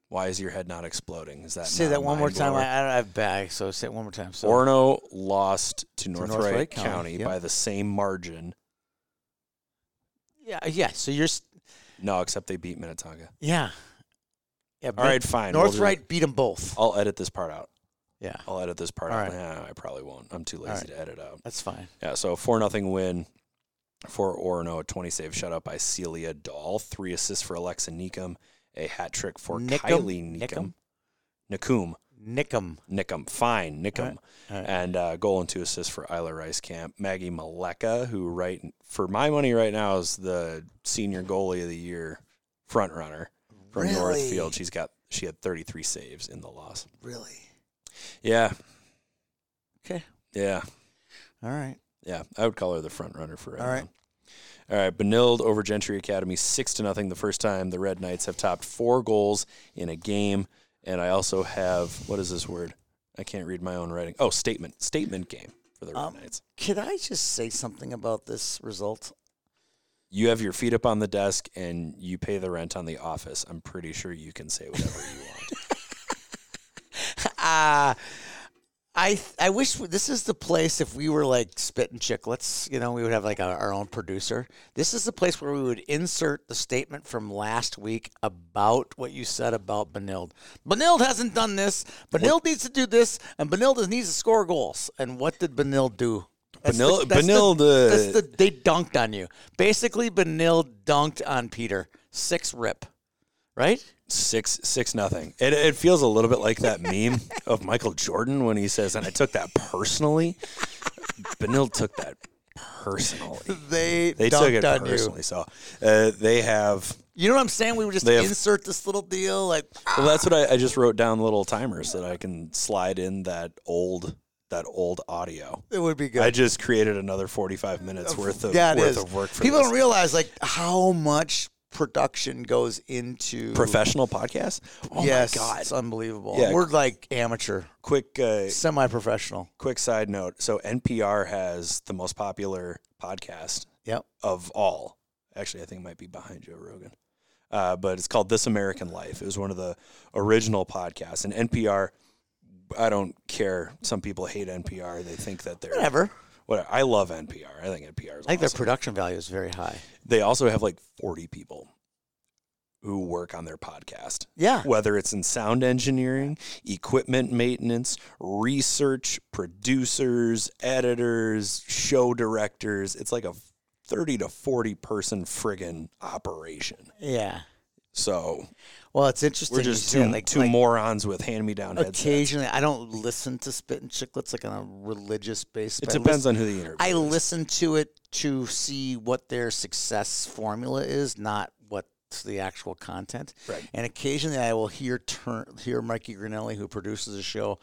[SPEAKER 3] Why is your head not exploding? Is that
[SPEAKER 1] Say
[SPEAKER 3] not a
[SPEAKER 1] that one more
[SPEAKER 3] mind
[SPEAKER 1] time.
[SPEAKER 3] blower?
[SPEAKER 1] I, I don't have bags, so say it one more time. So
[SPEAKER 3] Orono lost to North,
[SPEAKER 1] North
[SPEAKER 3] Wright,
[SPEAKER 1] Wright County,
[SPEAKER 3] County,
[SPEAKER 1] yep.
[SPEAKER 3] by the same margin.
[SPEAKER 1] yeah, yeah. So you're s-
[SPEAKER 3] No, except they beat Minnetonka.
[SPEAKER 1] yeah. Yeah,
[SPEAKER 3] All right, fine. We'll
[SPEAKER 1] North
[SPEAKER 3] do-
[SPEAKER 1] Wright beat them both.
[SPEAKER 3] I'll edit this part out.
[SPEAKER 1] Yeah,
[SPEAKER 3] I'll edit this part
[SPEAKER 1] All
[SPEAKER 3] out.
[SPEAKER 1] right.
[SPEAKER 3] Nah, I probably won't. I'm too lazy
[SPEAKER 1] right.
[SPEAKER 3] to edit out.
[SPEAKER 1] that's fine.
[SPEAKER 3] Yeah, so a four nothing win for Orono, a twenty save shutout by Celia Dahl, three assists for Alexa Neekum, a hat trick for
[SPEAKER 1] Nickum?
[SPEAKER 3] Kylie Neekum. Nickum.
[SPEAKER 1] Nickum.
[SPEAKER 3] Nickum. Fine, Nickum.
[SPEAKER 1] All right.
[SPEAKER 3] And uh, goal and two assists for Isla Rice Camp. Maggie Maleka, who right for my money right now is the senior goalie of the year front runner from
[SPEAKER 1] Really?
[SPEAKER 3] Northfield. She's got she had thirty three saves in the loss.
[SPEAKER 1] Really?
[SPEAKER 3] Yeah.
[SPEAKER 1] Okay.
[SPEAKER 3] Yeah.
[SPEAKER 1] All right.
[SPEAKER 3] Yeah, I would call her the front runner for right
[SPEAKER 1] All right.
[SPEAKER 3] now. All right, Benilde over Gentry Academy, six to nothing. The first time the Red Knights have topped four goals in a game, and I also have what is this word? I can't read my own writing. Oh, statement, statement game for the Red
[SPEAKER 1] Um,
[SPEAKER 3] Knights.
[SPEAKER 1] Could I just say something about this result?
[SPEAKER 3] You have your feet up on the desk and you pay the rent on the office. I'm pretty sure you can say whatever you want.
[SPEAKER 1] Uh, I th- I wish w- this is the place if we were like spitting chicklets, you know, we would have like our our own producer. This is the place where we would insert the statement from last week about what you said about Benilde. Benilde hasn't done this. Benilde needs to do this, and Benilde needs to score goals. And what did Benilde do? That's the-
[SPEAKER 3] Benilde,
[SPEAKER 1] that's the-
[SPEAKER 3] Benilde
[SPEAKER 1] that's the, they dunked on you. Basically, Benilde dunked on Peter. Six rip, right?
[SPEAKER 3] six six nothing. It, it feels a little bit like that meme of Michael Jordan when he says, "And I took that personally." Benilde took that personally.
[SPEAKER 1] They
[SPEAKER 3] They
[SPEAKER 1] dunked
[SPEAKER 3] took it
[SPEAKER 1] on
[SPEAKER 3] personally. So uh, they have.
[SPEAKER 1] you. You know what I'm saying? We would just
[SPEAKER 3] They have-
[SPEAKER 1] insert this little deal, like
[SPEAKER 3] Well, that's what I, I just wrote down little timers that I can slide in that old that old audio.
[SPEAKER 1] it would be good.
[SPEAKER 3] I just created another forty five minutes worth of
[SPEAKER 1] yeah, it
[SPEAKER 3] worth
[SPEAKER 1] is.
[SPEAKER 3] of work for
[SPEAKER 1] People
[SPEAKER 3] this.
[SPEAKER 1] don't realize like how much production goes into
[SPEAKER 3] professional podcast. Oh
[SPEAKER 1] yes,
[SPEAKER 3] my god!
[SPEAKER 1] it's unbelievable.
[SPEAKER 3] Yeah.
[SPEAKER 1] We're like amateur,
[SPEAKER 3] Quick uh,
[SPEAKER 1] semi-professional.
[SPEAKER 3] quick side note. So NPR has the most popular podcast
[SPEAKER 1] Yep.
[SPEAKER 3] of all. Actually, I think it might be behind Joe Rogan. Uh, but it's called This American Life. It was one of the original podcasts. And NPR, I don't care. Some people hate NPR. They think that they're
[SPEAKER 1] Whatever.
[SPEAKER 3] Whatever. I love NPR. I think NPR is
[SPEAKER 1] I think their
[SPEAKER 3] awesome.
[SPEAKER 1] production value is very high.
[SPEAKER 3] They also have like 40 people who work on their podcast.
[SPEAKER 1] Yeah.
[SPEAKER 3] Whether it's in sound engineering, equipment maintenance, research, producers, editors, show directors, it's like a 30 to 40 person friggin' operation.
[SPEAKER 1] Yeah.
[SPEAKER 3] So
[SPEAKER 1] Well, it's interesting.
[SPEAKER 3] we're
[SPEAKER 1] you
[SPEAKER 3] just
[SPEAKER 1] say that,
[SPEAKER 3] two,
[SPEAKER 1] like,
[SPEAKER 3] two
[SPEAKER 1] like,
[SPEAKER 3] morons with hand me down headsets.
[SPEAKER 1] Occasionally, I don't listen to Spit and Chicklets like on a religious basis.
[SPEAKER 3] It
[SPEAKER 1] but I
[SPEAKER 3] depends on who the interview
[SPEAKER 1] I
[SPEAKER 3] is.
[SPEAKER 1] listen to it to see what their success formula is, not what the actual content.
[SPEAKER 3] Right.
[SPEAKER 1] And occasionally, I will hear turn hear Mikey Grinelli, who produces the show,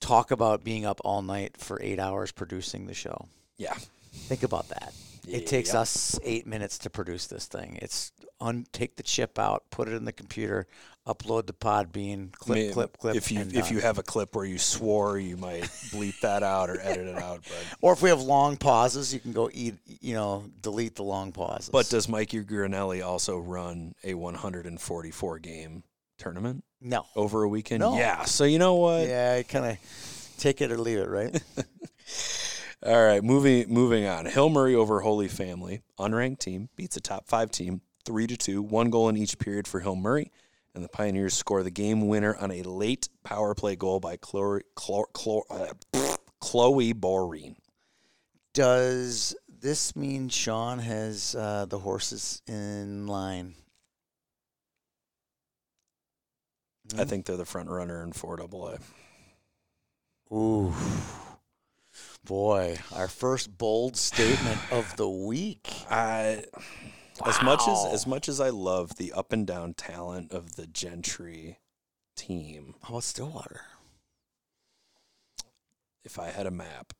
[SPEAKER 1] talk about being up all night for eight hours producing the show.
[SPEAKER 3] Yeah.
[SPEAKER 1] Think about that. It takes
[SPEAKER 3] Yep.
[SPEAKER 1] us eight minutes to produce this thing. It's un- take the chip out, put it in the computer, upload the Podbean, clip,
[SPEAKER 3] I mean,
[SPEAKER 1] clip, clip.
[SPEAKER 3] If you
[SPEAKER 1] and
[SPEAKER 3] if you
[SPEAKER 1] done.
[SPEAKER 3] have a clip where you swore, you might bleep that out or edit it out. But
[SPEAKER 1] or if we have long pauses, you can go eat. You know, delete the long pauses.
[SPEAKER 3] but does Mikey Grinelli also run a 144 game tournament
[SPEAKER 1] no.
[SPEAKER 3] over a weekend?
[SPEAKER 1] No.
[SPEAKER 3] Yeah. So you know what?
[SPEAKER 1] Yeah, I kind of take it or leave it, right?
[SPEAKER 3] All right. Moving moving on. Hill Murray over Holy Family, unranked team beats a top five team three to two, one goal in each period for Hill Murray. And the Pioneers score the game winner on a late power play goal by Chloe, Chloe, Chloe, uh, Chloe Boreen.
[SPEAKER 1] Does this mean Sean has uh, the horses in line? Mm.
[SPEAKER 3] I think they're the front runner in 4 AA.
[SPEAKER 1] Ooh.
[SPEAKER 3] [SIGHS]
[SPEAKER 1] Boy, our first bold statement of the week.
[SPEAKER 3] I As much as
[SPEAKER 1] Wow.
[SPEAKER 3] as much as I love the up and down talent of the Gentry team,
[SPEAKER 1] How about Oh, Stillwater?
[SPEAKER 3] if I had a map,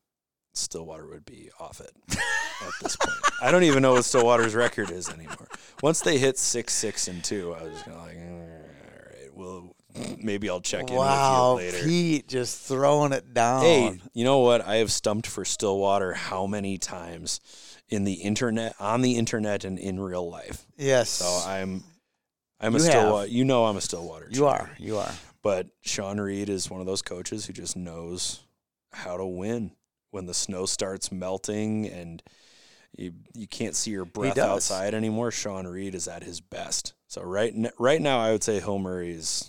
[SPEAKER 3] Stillwater would be off it at this
[SPEAKER 1] [LAUGHS]
[SPEAKER 3] point. I don't even know what Stillwater's record is anymore. Once they hit six, six, and two, I was just kind of like, all right, well, maybe I'll check in
[SPEAKER 1] wow,
[SPEAKER 3] with you later.
[SPEAKER 1] Pete just throwing it down.
[SPEAKER 3] Hey, you know what? I have stumped for Stillwater how many times in the internet, on the internet, and in real life.
[SPEAKER 1] yes,
[SPEAKER 3] So I'm, I'm a
[SPEAKER 1] You have.
[SPEAKER 3] Stillwater. You know, I'm a Stillwater.
[SPEAKER 1] you are. You are.
[SPEAKER 3] But Sean Reed is one of those coaches who just knows how to win when the snow starts melting and you you can't see your breath
[SPEAKER 1] does.
[SPEAKER 3] outside anymore. Sean Reed is at his best. So right n- right now, I would say Hill Murray is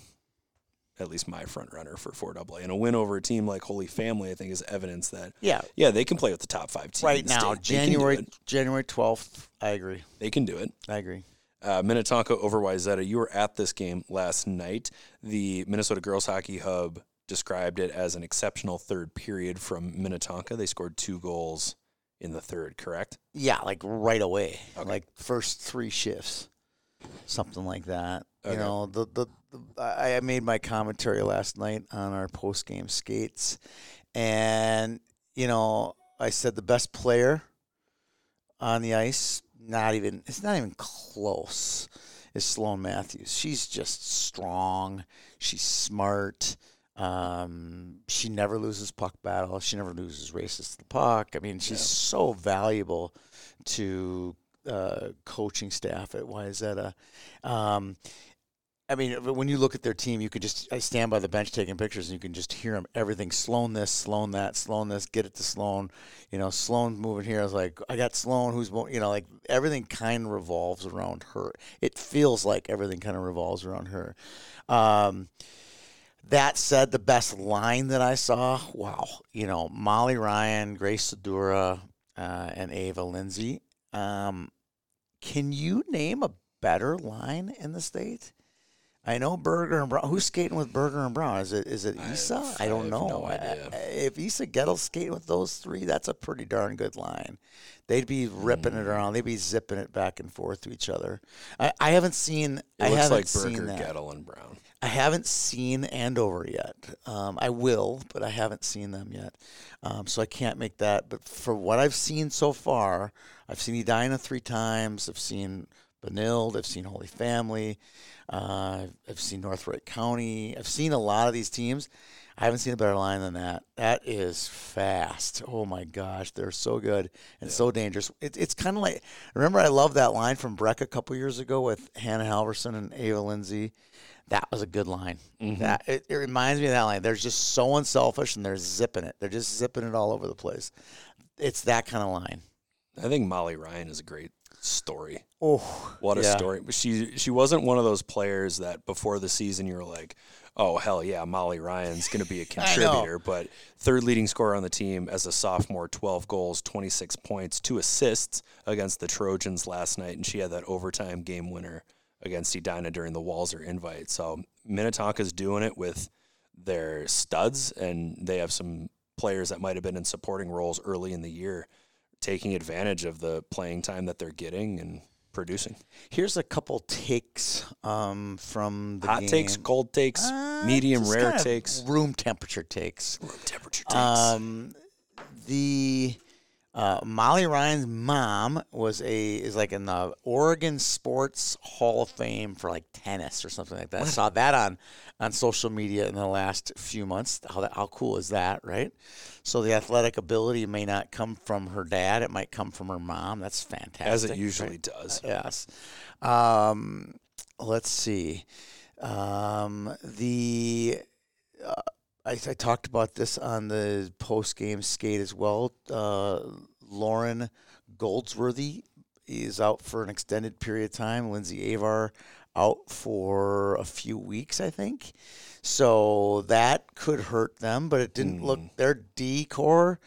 [SPEAKER 3] at least my front runner for four double A, and a win over a team like Holy Family, I think, is evidence that
[SPEAKER 1] Yeah.
[SPEAKER 3] yeah they can play with the top five team
[SPEAKER 1] Right
[SPEAKER 3] in the
[SPEAKER 1] now,
[SPEAKER 3] state. They can do
[SPEAKER 1] January
[SPEAKER 3] it.
[SPEAKER 1] January twelfth. I agree.
[SPEAKER 3] they can do it.
[SPEAKER 1] I agree.
[SPEAKER 3] uh, Minnetonka over Wayzata. You were at this game last night. The Minnesota Girls Hockey Hub described it as an exceptional third period from Minnetonka. They scored two goals in the third, correct?
[SPEAKER 1] Yeah, like right away,
[SPEAKER 3] Okay.
[SPEAKER 1] like first three shifts, something like that.
[SPEAKER 3] Okay.
[SPEAKER 1] You know, the, the the I I made my commentary last night on our post game skates, and you know I said the best player on the ice, not even it's not even close, is Sloan Matthews. She's just strong. She's smart. Um, she never loses puck battle. She never loses races to the puck. I mean, she's so valuable to uh, coaching staff at Wyzetta. Um, I mean, but when you look at their team, you could just I stand by the bench taking pictures, and you can just hear them. Everything Sloan this, Sloan that, Sloan this, get it to Sloan. You know, Sloan's moving here. I was like, I got Sloan. Who's mo-? you know, like everything kind of revolves around her. It feels like everything kind of revolves around her. Um, that said, the best line that I saw, wow, you know, Molly Ryan, Grace Sedura, uh, and Ava Lindsay. Um, can you name a better line in the state? I know Berger and Brown. Who's skating with Berger and Brown? Is it is it
[SPEAKER 3] I
[SPEAKER 1] Issa?
[SPEAKER 3] have-
[SPEAKER 1] I don't
[SPEAKER 3] I have
[SPEAKER 1] know.
[SPEAKER 3] no
[SPEAKER 1] I-
[SPEAKER 3] idea.
[SPEAKER 1] I- If Issa Gettle's skating with those three, that's a pretty darn good line. They'd be ripping
[SPEAKER 3] Hmm.
[SPEAKER 1] it around. They'd be zipping it back and forth to each other. I, I haven't seen.
[SPEAKER 3] It
[SPEAKER 1] I
[SPEAKER 3] looks
[SPEAKER 1] haven't
[SPEAKER 3] like
[SPEAKER 1] seen
[SPEAKER 3] Berger,
[SPEAKER 1] that.
[SPEAKER 3] Gettle, and Brown.
[SPEAKER 1] I haven't seen Andover yet. Um, I will, but I haven't seen them yet, um, so I can't make that. But for what I've seen so far, I've seen Edina three times. I've seen Benilde. I've seen Holy Family. Uh, I've seen North Wright County. I've seen a lot of these teams. I haven't seen a better line than that. That is fast. Oh my gosh, they're so good and so dangerous. It, it's kind of like remember I love that line from Breck a couple years ago with Hannah Halverson and Ava Lindsay. That was a good line.
[SPEAKER 3] Mm-hmm.
[SPEAKER 1] That it, it reminds me of that line. They're just so unselfish and they're zipping it. They're just zipping it all over the place. It's that kind of line.
[SPEAKER 3] I think Molly Ryan is a great story.
[SPEAKER 1] Oh,
[SPEAKER 3] What a
[SPEAKER 1] yeah.
[SPEAKER 3] story! She she wasn't one of those players that before the season you were like, oh hell yeah, Molly Ryan's going to be a contributor. but third leading scorer on the team as a sophomore, twelve goals, twenty six points, two assists against the Trojans last night, and she had that overtime game winner against Edina during the Walzer invite. So Minnetonka's doing it with their studs, and they have some players that might have been in supporting roles early in the year, taking advantage of the playing time that they're getting and producing.
[SPEAKER 1] Here's a couple takes um, from the
[SPEAKER 3] Hot
[SPEAKER 1] game.
[SPEAKER 3] takes, cold takes,
[SPEAKER 1] Uh,
[SPEAKER 3] medium
[SPEAKER 1] just
[SPEAKER 3] rare
[SPEAKER 1] kind of
[SPEAKER 3] takes, Uh,
[SPEAKER 1] room temperature takes.
[SPEAKER 3] room temperature takes.
[SPEAKER 1] Um, the uh, Molly Ryan's mom was a is like in the Oregon Sports Hall of Fame for like tennis or something like that. I saw that on on social media in the last few months. How that, how cool is that, right? So the athletic ability may not come from her dad; it might come from her mom. That's fantastic.
[SPEAKER 3] as it
[SPEAKER 1] right?
[SPEAKER 3] usually does.
[SPEAKER 1] Uh, Yes. Um, let's see. Um, the uh, I, I talked about this on the post game skate as well. Uh, Lauren Goldsworthy is out for an extended period of time. Lindsay Avar out for a few weeks, I think. So that could hurt them, but it didn't look their D core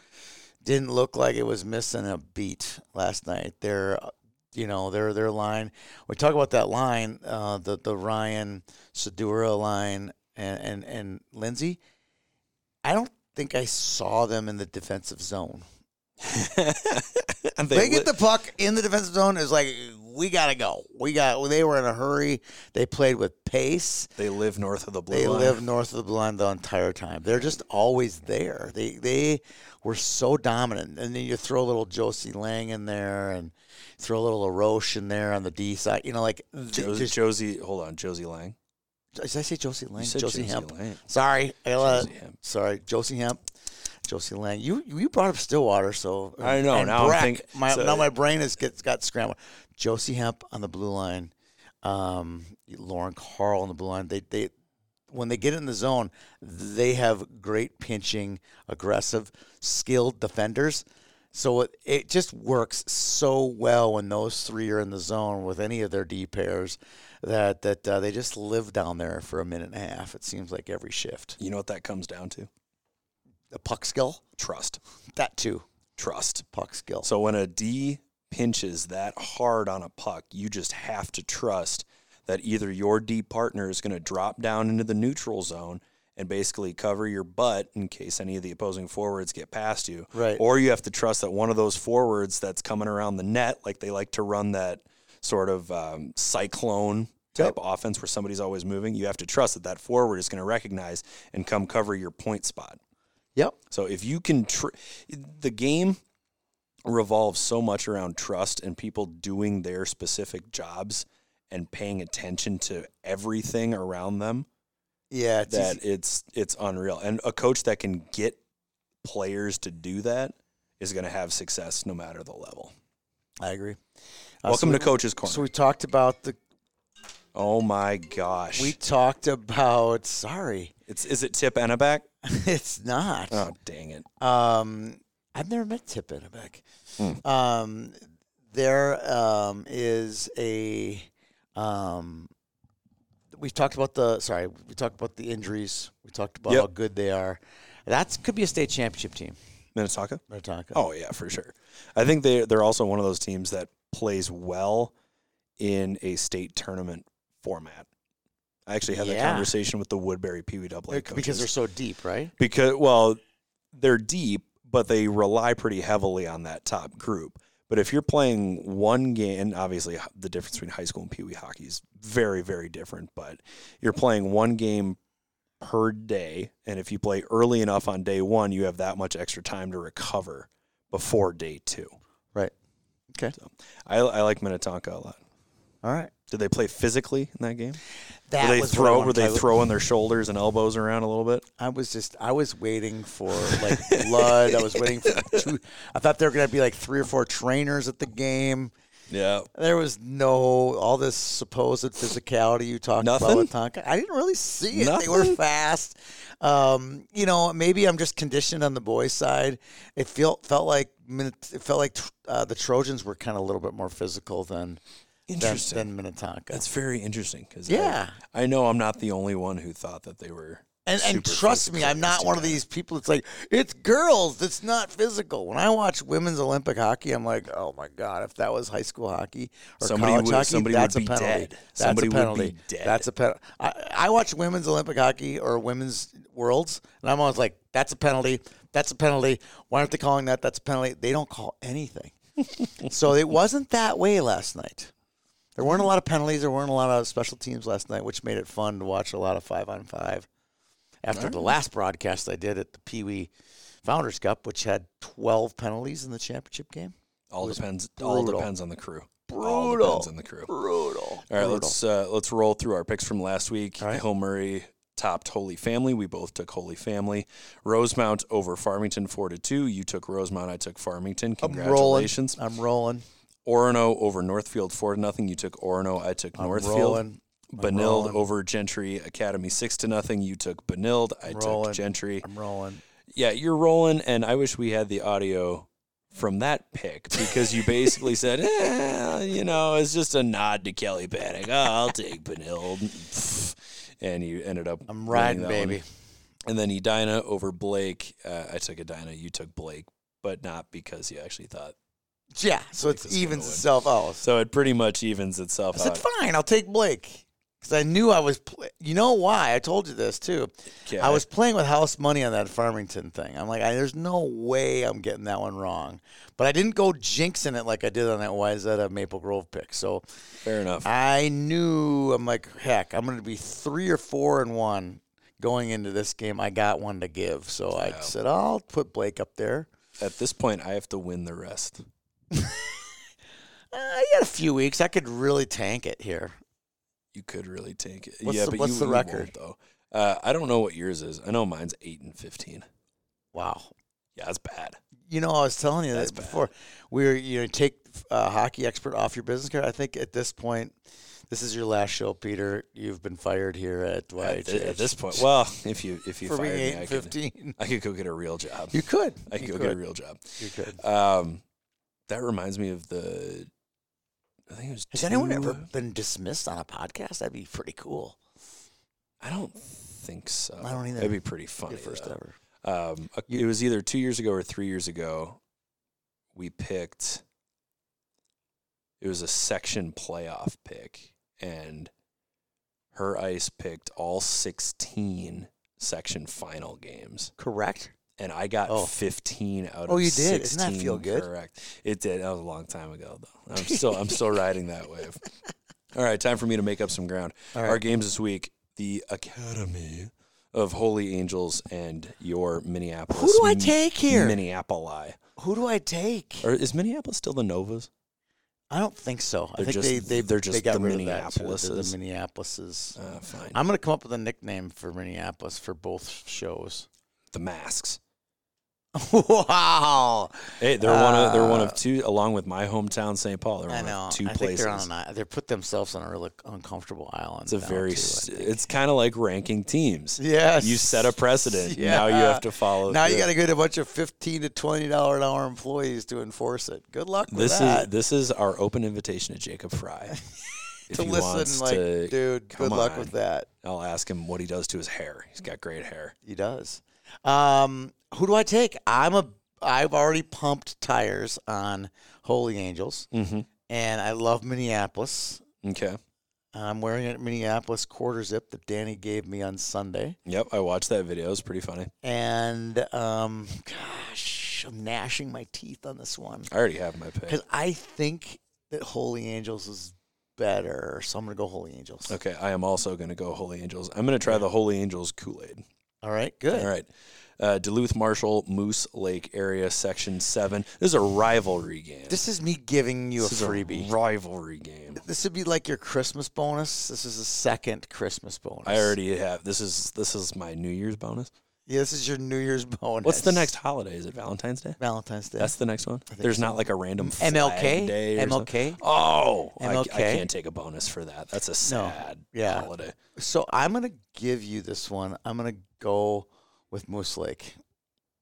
[SPEAKER 1] didn't look like it was missing a beat last night. Their, you know, their their line. We talk about that line, uh, the the Ryan Sedura line, and and and Lindsay. I don't think I saw them in the defensive zone. [LAUGHS]
[SPEAKER 3] And
[SPEAKER 1] They
[SPEAKER 3] li-
[SPEAKER 1] get the puck in the defensive zone. It's like we gotta go. We got. They were in a hurry. They played with pace.
[SPEAKER 3] they live north of the blue
[SPEAKER 1] They
[SPEAKER 3] line.
[SPEAKER 1] live north of the blue line the entire time. They're just always there. They they were so dominant. And then you throw a little Josie Lang in there and throw a little LaRoche in there on the D side. You know, like they
[SPEAKER 3] Josie,
[SPEAKER 1] just-
[SPEAKER 3] Josie, hold on, Josie Lang.
[SPEAKER 1] did I say Josie Lang?
[SPEAKER 3] You said
[SPEAKER 1] Josie,
[SPEAKER 3] Josie
[SPEAKER 1] Hemp.
[SPEAKER 3] Lang.
[SPEAKER 1] Sorry, I gotta-
[SPEAKER 3] Josie Hemp.
[SPEAKER 1] Sorry, Josie Hemp. Josie Lang. You you brought up Stillwater, so
[SPEAKER 3] I know,
[SPEAKER 1] and
[SPEAKER 3] now I'm
[SPEAKER 1] Breck.
[SPEAKER 3] think-
[SPEAKER 1] my
[SPEAKER 3] so-
[SPEAKER 1] now my brain is gets got scrambled. Josie Hemp on the blue line, um, Lauren Carl on the blue line. They they when they get in the zone, they have great pinching, aggressive, skilled defenders. So it, it just works so well when those three are in the zone with any of their D pairs that that uh, they just live down there for a minute and a half. It seems like every shift.
[SPEAKER 3] You know what that comes down to?
[SPEAKER 1] The puck skill,
[SPEAKER 3] Trust.
[SPEAKER 1] that too.
[SPEAKER 3] Trust.
[SPEAKER 1] Puck skill.
[SPEAKER 3] So when a D pinches that hard on a puck, you just have to trust that either your D partner is going to drop down into the neutral zone and basically cover your butt in case any of the opposing forwards get past you.
[SPEAKER 1] Right.
[SPEAKER 3] Or you have to trust that one of those forwards that's coming around the net, like they like to run that sort of um, cyclone type offense where somebody's always moving, you have to trust that that forward is going to recognize and come cover your point spot.
[SPEAKER 1] yep.
[SPEAKER 3] So if you can, tr- the game revolves so much around trust and people doing their specific jobs and paying attention to everything around them
[SPEAKER 1] Yeah. It's
[SPEAKER 3] that
[SPEAKER 1] easy.
[SPEAKER 3] it's it's unreal. And a coach that can get players to do that is going to have success no matter the level.
[SPEAKER 1] I agree. Uh,
[SPEAKER 3] Welcome
[SPEAKER 1] so
[SPEAKER 3] to Coach's
[SPEAKER 1] we,
[SPEAKER 3] Corner.
[SPEAKER 1] so we talked about the
[SPEAKER 3] oh my gosh.
[SPEAKER 1] we talked about sorry. [LAUGHS]
[SPEAKER 3] it's is it Tip Enneback?
[SPEAKER 1] it's not.
[SPEAKER 3] Oh dang it.
[SPEAKER 1] Um, I've never met Tip Innebeck.
[SPEAKER 3] Hmm.
[SPEAKER 1] Um, there um, is a. Um, we've talked about the sorry. We talked about the injuries. We talked about
[SPEAKER 3] Yep.
[SPEAKER 1] how good they are. That could be a state championship team.
[SPEAKER 3] Minnetonka?
[SPEAKER 1] Minnetonka.
[SPEAKER 3] Oh yeah, for sure. I think they they're also one of those teams that plays well in a state tournament format. I actually had that
[SPEAKER 1] Yeah.
[SPEAKER 3] conversation with the Woodbury Pee Wee Double A
[SPEAKER 1] Bec-
[SPEAKER 3] coaches
[SPEAKER 1] because they're so deep, right?
[SPEAKER 3] because well they're deep, but they rely pretty heavily on that top group. But if you're playing one game, and obviously h- the difference between high school and Pee Wee hockey is very very different, but you're playing one game per day, and if you play early enough on day one, you have that much extra time to recover before day two.
[SPEAKER 1] Right. Okay.
[SPEAKER 3] I, I like Minnetonka a lot.
[SPEAKER 1] All right.
[SPEAKER 3] Did they play physically in that game?
[SPEAKER 1] That
[SPEAKER 3] Were they
[SPEAKER 1] was what I
[SPEAKER 3] throw?
[SPEAKER 1] wanted
[SPEAKER 3] Were
[SPEAKER 1] to
[SPEAKER 3] they
[SPEAKER 1] talk about.
[SPEAKER 3] throwing their shoulders and elbows around a little bit?
[SPEAKER 1] I was just I was waiting for like blood. I was waiting
[SPEAKER 3] [LAUGHS]
[SPEAKER 1] for two. I thought there were going to be like three or four trainers at the game.
[SPEAKER 3] Yeah.
[SPEAKER 1] There was no all this supposed physicality you talked about
[SPEAKER 3] Nothing?
[SPEAKER 1] with Tonka. I didn't really see it. They were
[SPEAKER 3] Nothing?
[SPEAKER 1] fast. Um, you know, maybe I'm just conditioned on the boys' side. It felt felt like Minne- it felt like uh, the Trojans were kind of a little bit more physical than than,
[SPEAKER 3] Interesting.
[SPEAKER 1] than Minnetonka.
[SPEAKER 3] That's very interesting because
[SPEAKER 1] Yeah.
[SPEAKER 3] I, know I'm not the only one who thought that they were.
[SPEAKER 1] And, and
[SPEAKER 3] super
[SPEAKER 1] trust me,
[SPEAKER 3] physical
[SPEAKER 1] I'm not
[SPEAKER 3] against
[SPEAKER 1] one of
[SPEAKER 3] each
[SPEAKER 1] these people that's like, it's girls, it's not physical. When I watch women's Olympic hockey, I'm like, oh my God, if that was high school hockey or
[SPEAKER 3] Somebody
[SPEAKER 1] college
[SPEAKER 3] would-
[SPEAKER 1] hockey,
[SPEAKER 3] somebody would
[SPEAKER 1] that's
[SPEAKER 3] be
[SPEAKER 1] a penalty.
[SPEAKER 3] dead.
[SPEAKER 1] That's
[SPEAKER 3] Somebody
[SPEAKER 1] a
[SPEAKER 3] would be
[SPEAKER 1] penalty.
[SPEAKER 3] dead.
[SPEAKER 1] That's a penalty. I, I watch women's Olympic hockey or women's worlds, and I'm always like, that's a penalty. That's a penalty. Why aren't they calling that? That's a penalty. They don't call
[SPEAKER 3] [LAUGHS]
[SPEAKER 1] anything. so it wasn't that way last night. There weren't a lot of penalties. There weren't a lot of special teams last night, which made it fun to watch a lot of five on five. After the last broadcast I did at the Pee Wee Founders Cup, which had 12 penalties in the championship game.
[SPEAKER 3] All depends. All
[SPEAKER 1] brutal.
[SPEAKER 3] depends on the crew. All
[SPEAKER 1] Brutal.
[SPEAKER 3] depends on the crew. All
[SPEAKER 1] Brutal.
[SPEAKER 3] right, let's uh, let's roll through our picks from last week.
[SPEAKER 1] All right.
[SPEAKER 3] Hill Murray topped Holy Family. We both took Holy Family. Rosemount over Farmington four to two. You took Rosemount. I took Farmington.
[SPEAKER 1] I'm rolling.
[SPEAKER 3] Congratulations.
[SPEAKER 1] I'm rolling.
[SPEAKER 3] Orono over Northfield four to nothing. You took Orono. I took
[SPEAKER 1] I'm
[SPEAKER 3] Northfield.
[SPEAKER 1] rolling. I'm
[SPEAKER 3] Benilde
[SPEAKER 1] rolling.
[SPEAKER 3] over Gentry Academy six to nothing. You took Benilde. I
[SPEAKER 1] rolling.
[SPEAKER 3] took Gentry.
[SPEAKER 1] I'm rolling.
[SPEAKER 3] Yeah, you're rolling, and I wish we had the audio from that pick because you basically said, [LAUGHS] eh, you know, it's just a nod to Kelly Panic. Oh, I'll take Benilde. [LAUGHS] And you ended up.
[SPEAKER 1] I'm
[SPEAKER 3] winning
[SPEAKER 1] riding,
[SPEAKER 3] that one. [LAUGHS]
[SPEAKER 1] baby.
[SPEAKER 3] And then Edina over Blake. Uh, I took Edina. You took Blake, but not because you actually thought.
[SPEAKER 1] Yeah, so
[SPEAKER 3] Blake
[SPEAKER 1] it
[SPEAKER 3] is gonna
[SPEAKER 1] evens
[SPEAKER 3] win. Oh,
[SPEAKER 1] itself out.
[SPEAKER 3] So it pretty much evens itself
[SPEAKER 1] I said,
[SPEAKER 3] out.
[SPEAKER 1] fine, I'll take Blake. because I knew I was. Pl- you know why? I told you this too.
[SPEAKER 3] Okay.
[SPEAKER 1] I was playing with house money on that Farmington thing. I'm like, I, there's no way I'm getting that one wrong. But I didn't go jinxing it like I did on that Wyzetta Maple Grove pick. So
[SPEAKER 3] fair enough.
[SPEAKER 1] I knew I'm like, heck, I'm going to be three or four and one going into this game. I got one to give, so I
[SPEAKER 3] Wow.
[SPEAKER 1] said I'll put Blake up there.
[SPEAKER 3] At this point, I have to win the rest.
[SPEAKER 1] Uh, you got a few weeks. I could really tank it here.
[SPEAKER 3] You could really tank it.
[SPEAKER 1] What's
[SPEAKER 3] yeah,
[SPEAKER 1] the-
[SPEAKER 3] but
[SPEAKER 1] what's
[SPEAKER 3] you,
[SPEAKER 1] the
[SPEAKER 3] you won't,
[SPEAKER 1] record?
[SPEAKER 3] though? Uh, I don't know what yours is. I know mine's eight and fifteen.
[SPEAKER 1] Wow.
[SPEAKER 3] Yeah, that's bad.
[SPEAKER 1] You know, I was telling you
[SPEAKER 3] That's
[SPEAKER 1] that
[SPEAKER 3] bad.
[SPEAKER 1] before. We were, you know, take uh, hockey expert off your business card. I think at this point, this is your last show, Peter. You've been fired here at
[SPEAKER 3] At,
[SPEAKER 1] YHH.
[SPEAKER 3] thi- at this point, well, if you if you
[SPEAKER 1] for
[SPEAKER 3] fired
[SPEAKER 1] being
[SPEAKER 3] me,
[SPEAKER 1] eight
[SPEAKER 3] I
[SPEAKER 1] and
[SPEAKER 3] could,
[SPEAKER 1] fifteen, [LAUGHS]
[SPEAKER 3] I could go get a real job.
[SPEAKER 1] you could.
[SPEAKER 3] I
[SPEAKER 1] you
[SPEAKER 3] could go get a
[SPEAKER 1] could.
[SPEAKER 3] real job.
[SPEAKER 1] You could.
[SPEAKER 3] Um, that reminds me of the. I think it was.
[SPEAKER 1] Has anyone
[SPEAKER 3] two- uh,
[SPEAKER 1] ever been dismissed on a podcast? That'd be pretty cool.
[SPEAKER 3] I don't think so.
[SPEAKER 1] I don't either.
[SPEAKER 3] That'd be pretty funny.
[SPEAKER 1] Your first
[SPEAKER 3] though.
[SPEAKER 1] ever.
[SPEAKER 3] Um, a-
[SPEAKER 1] You-
[SPEAKER 3] it was either two years ago or three years ago. We picked. It was a section playoff pick, and her ice picked all sixteen section final games,
[SPEAKER 1] Correct.
[SPEAKER 3] and I got
[SPEAKER 1] Oh.
[SPEAKER 3] fifteen out of.
[SPEAKER 1] Oh, you did? Doesn't that
[SPEAKER 3] 16
[SPEAKER 1] feel good?
[SPEAKER 3] Correct. It did. That was a long time ago,
[SPEAKER 1] [LAUGHS]
[SPEAKER 3] though. I'm still I'm still riding that wave. All right, time for me to make up some ground.
[SPEAKER 1] All right.
[SPEAKER 3] Our games this week, the Academy of Holy Angels and your Minneapolis.
[SPEAKER 1] Who do I
[SPEAKER 3] M-
[SPEAKER 1] take here?
[SPEAKER 3] Minneapolis.
[SPEAKER 1] Who do I take?
[SPEAKER 3] Or is Minneapolis still the Novas?
[SPEAKER 1] I don't think so. I
[SPEAKER 3] They're
[SPEAKER 1] think
[SPEAKER 3] just-
[SPEAKER 1] they, they
[SPEAKER 3] they're
[SPEAKER 1] they
[SPEAKER 3] just
[SPEAKER 1] got
[SPEAKER 3] the
[SPEAKER 1] rid of that too. They're
[SPEAKER 3] Minneapolises.
[SPEAKER 1] The Minneapolis.
[SPEAKER 3] Uh, fine.
[SPEAKER 1] I'm gonna come up with a nickname for Minneapolis for both shows. [LAUGHS]
[SPEAKER 3] the Masks.
[SPEAKER 1] wow.
[SPEAKER 3] Hey, they're one of they're one of two, along with my hometown, St. Paul. They're
[SPEAKER 1] Uh, I
[SPEAKER 3] one
[SPEAKER 1] know.
[SPEAKER 3] of two
[SPEAKER 1] I think
[SPEAKER 3] places.
[SPEAKER 1] they're on an i- they put themselves on a really uncomfortable island.
[SPEAKER 3] it's a
[SPEAKER 1] now,
[SPEAKER 3] very.
[SPEAKER 1] too, I
[SPEAKER 3] s
[SPEAKER 1] think.
[SPEAKER 3] it's kind of like ranking teams.
[SPEAKER 1] yes.
[SPEAKER 3] You set a precedent.
[SPEAKER 1] [LAUGHS] Yeah.
[SPEAKER 3] Now you have to follow.
[SPEAKER 1] Now you
[SPEAKER 3] through.
[SPEAKER 1] got to get a bunch of fifteen to twenty dollar an hour employees to enforce it. Good luck with
[SPEAKER 3] This is
[SPEAKER 1] that.
[SPEAKER 3] this is our open invitation to Jacob Fry.
[SPEAKER 1] [LAUGHS]
[SPEAKER 3] If
[SPEAKER 1] to
[SPEAKER 3] he
[SPEAKER 1] listen,
[SPEAKER 3] wants
[SPEAKER 1] like,
[SPEAKER 3] to-
[SPEAKER 1] dude,
[SPEAKER 3] come
[SPEAKER 1] good luck
[SPEAKER 3] on.
[SPEAKER 1] with that.
[SPEAKER 3] I'll ask him what he does to his hair. He's got great hair.
[SPEAKER 1] He does. Um, who do I take? I'm a. I've already pumped tires on Holy Angels,
[SPEAKER 3] Mm-hmm.
[SPEAKER 1] and I love Minneapolis.
[SPEAKER 3] Okay.
[SPEAKER 1] I'm wearing a Minneapolis quarter zip that Danny gave me on Sunday,
[SPEAKER 3] Yep. I watched that video. It's pretty funny.
[SPEAKER 1] and um, gosh, I'm gnashing my teeth on this one
[SPEAKER 3] I already have my pick.
[SPEAKER 1] because I think that Holy Angels is better, so I'm gonna go Holy Angels.
[SPEAKER 3] Okay. I am also going to go Holy Angels. I'm going to try the Holy Angels Kool Aid.
[SPEAKER 1] All right, good.
[SPEAKER 3] All right. Uh, Duluth Marshall Moose Lake area section seven. This is a rivalry game.
[SPEAKER 1] This is me giving you
[SPEAKER 3] This is
[SPEAKER 1] a freebie.
[SPEAKER 3] rivalry game.
[SPEAKER 1] This would be like your Christmas bonus. This is the second Christmas bonus.
[SPEAKER 3] I already have. This is this is my New Year's bonus.
[SPEAKER 1] Yeah, this is your New Year's [LAUGHS] bonus.
[SPEAKER 3] What's the next holiday? Is it Valentine's Day?
[SPEAKER 1] Valentine's Day?
[SPEAKER 3] That's the next one. There's not like a random flag
[SPEAKER 1] MLK.
[SPEAKER 3] day or something?
[SPEAKER 1] MLK.
[SPEAKER 3] Oh, I- I,
[SPEAKER 1] MLK.
[SPEAKER 3] can't take a bonus for that. That's a sad
[SPEAKER 1] Yeah.
[SPEAKER 3] holiday.
[SPEAKER 1] So I'm gonna give you this one. I'm gonna go with Moose Lake.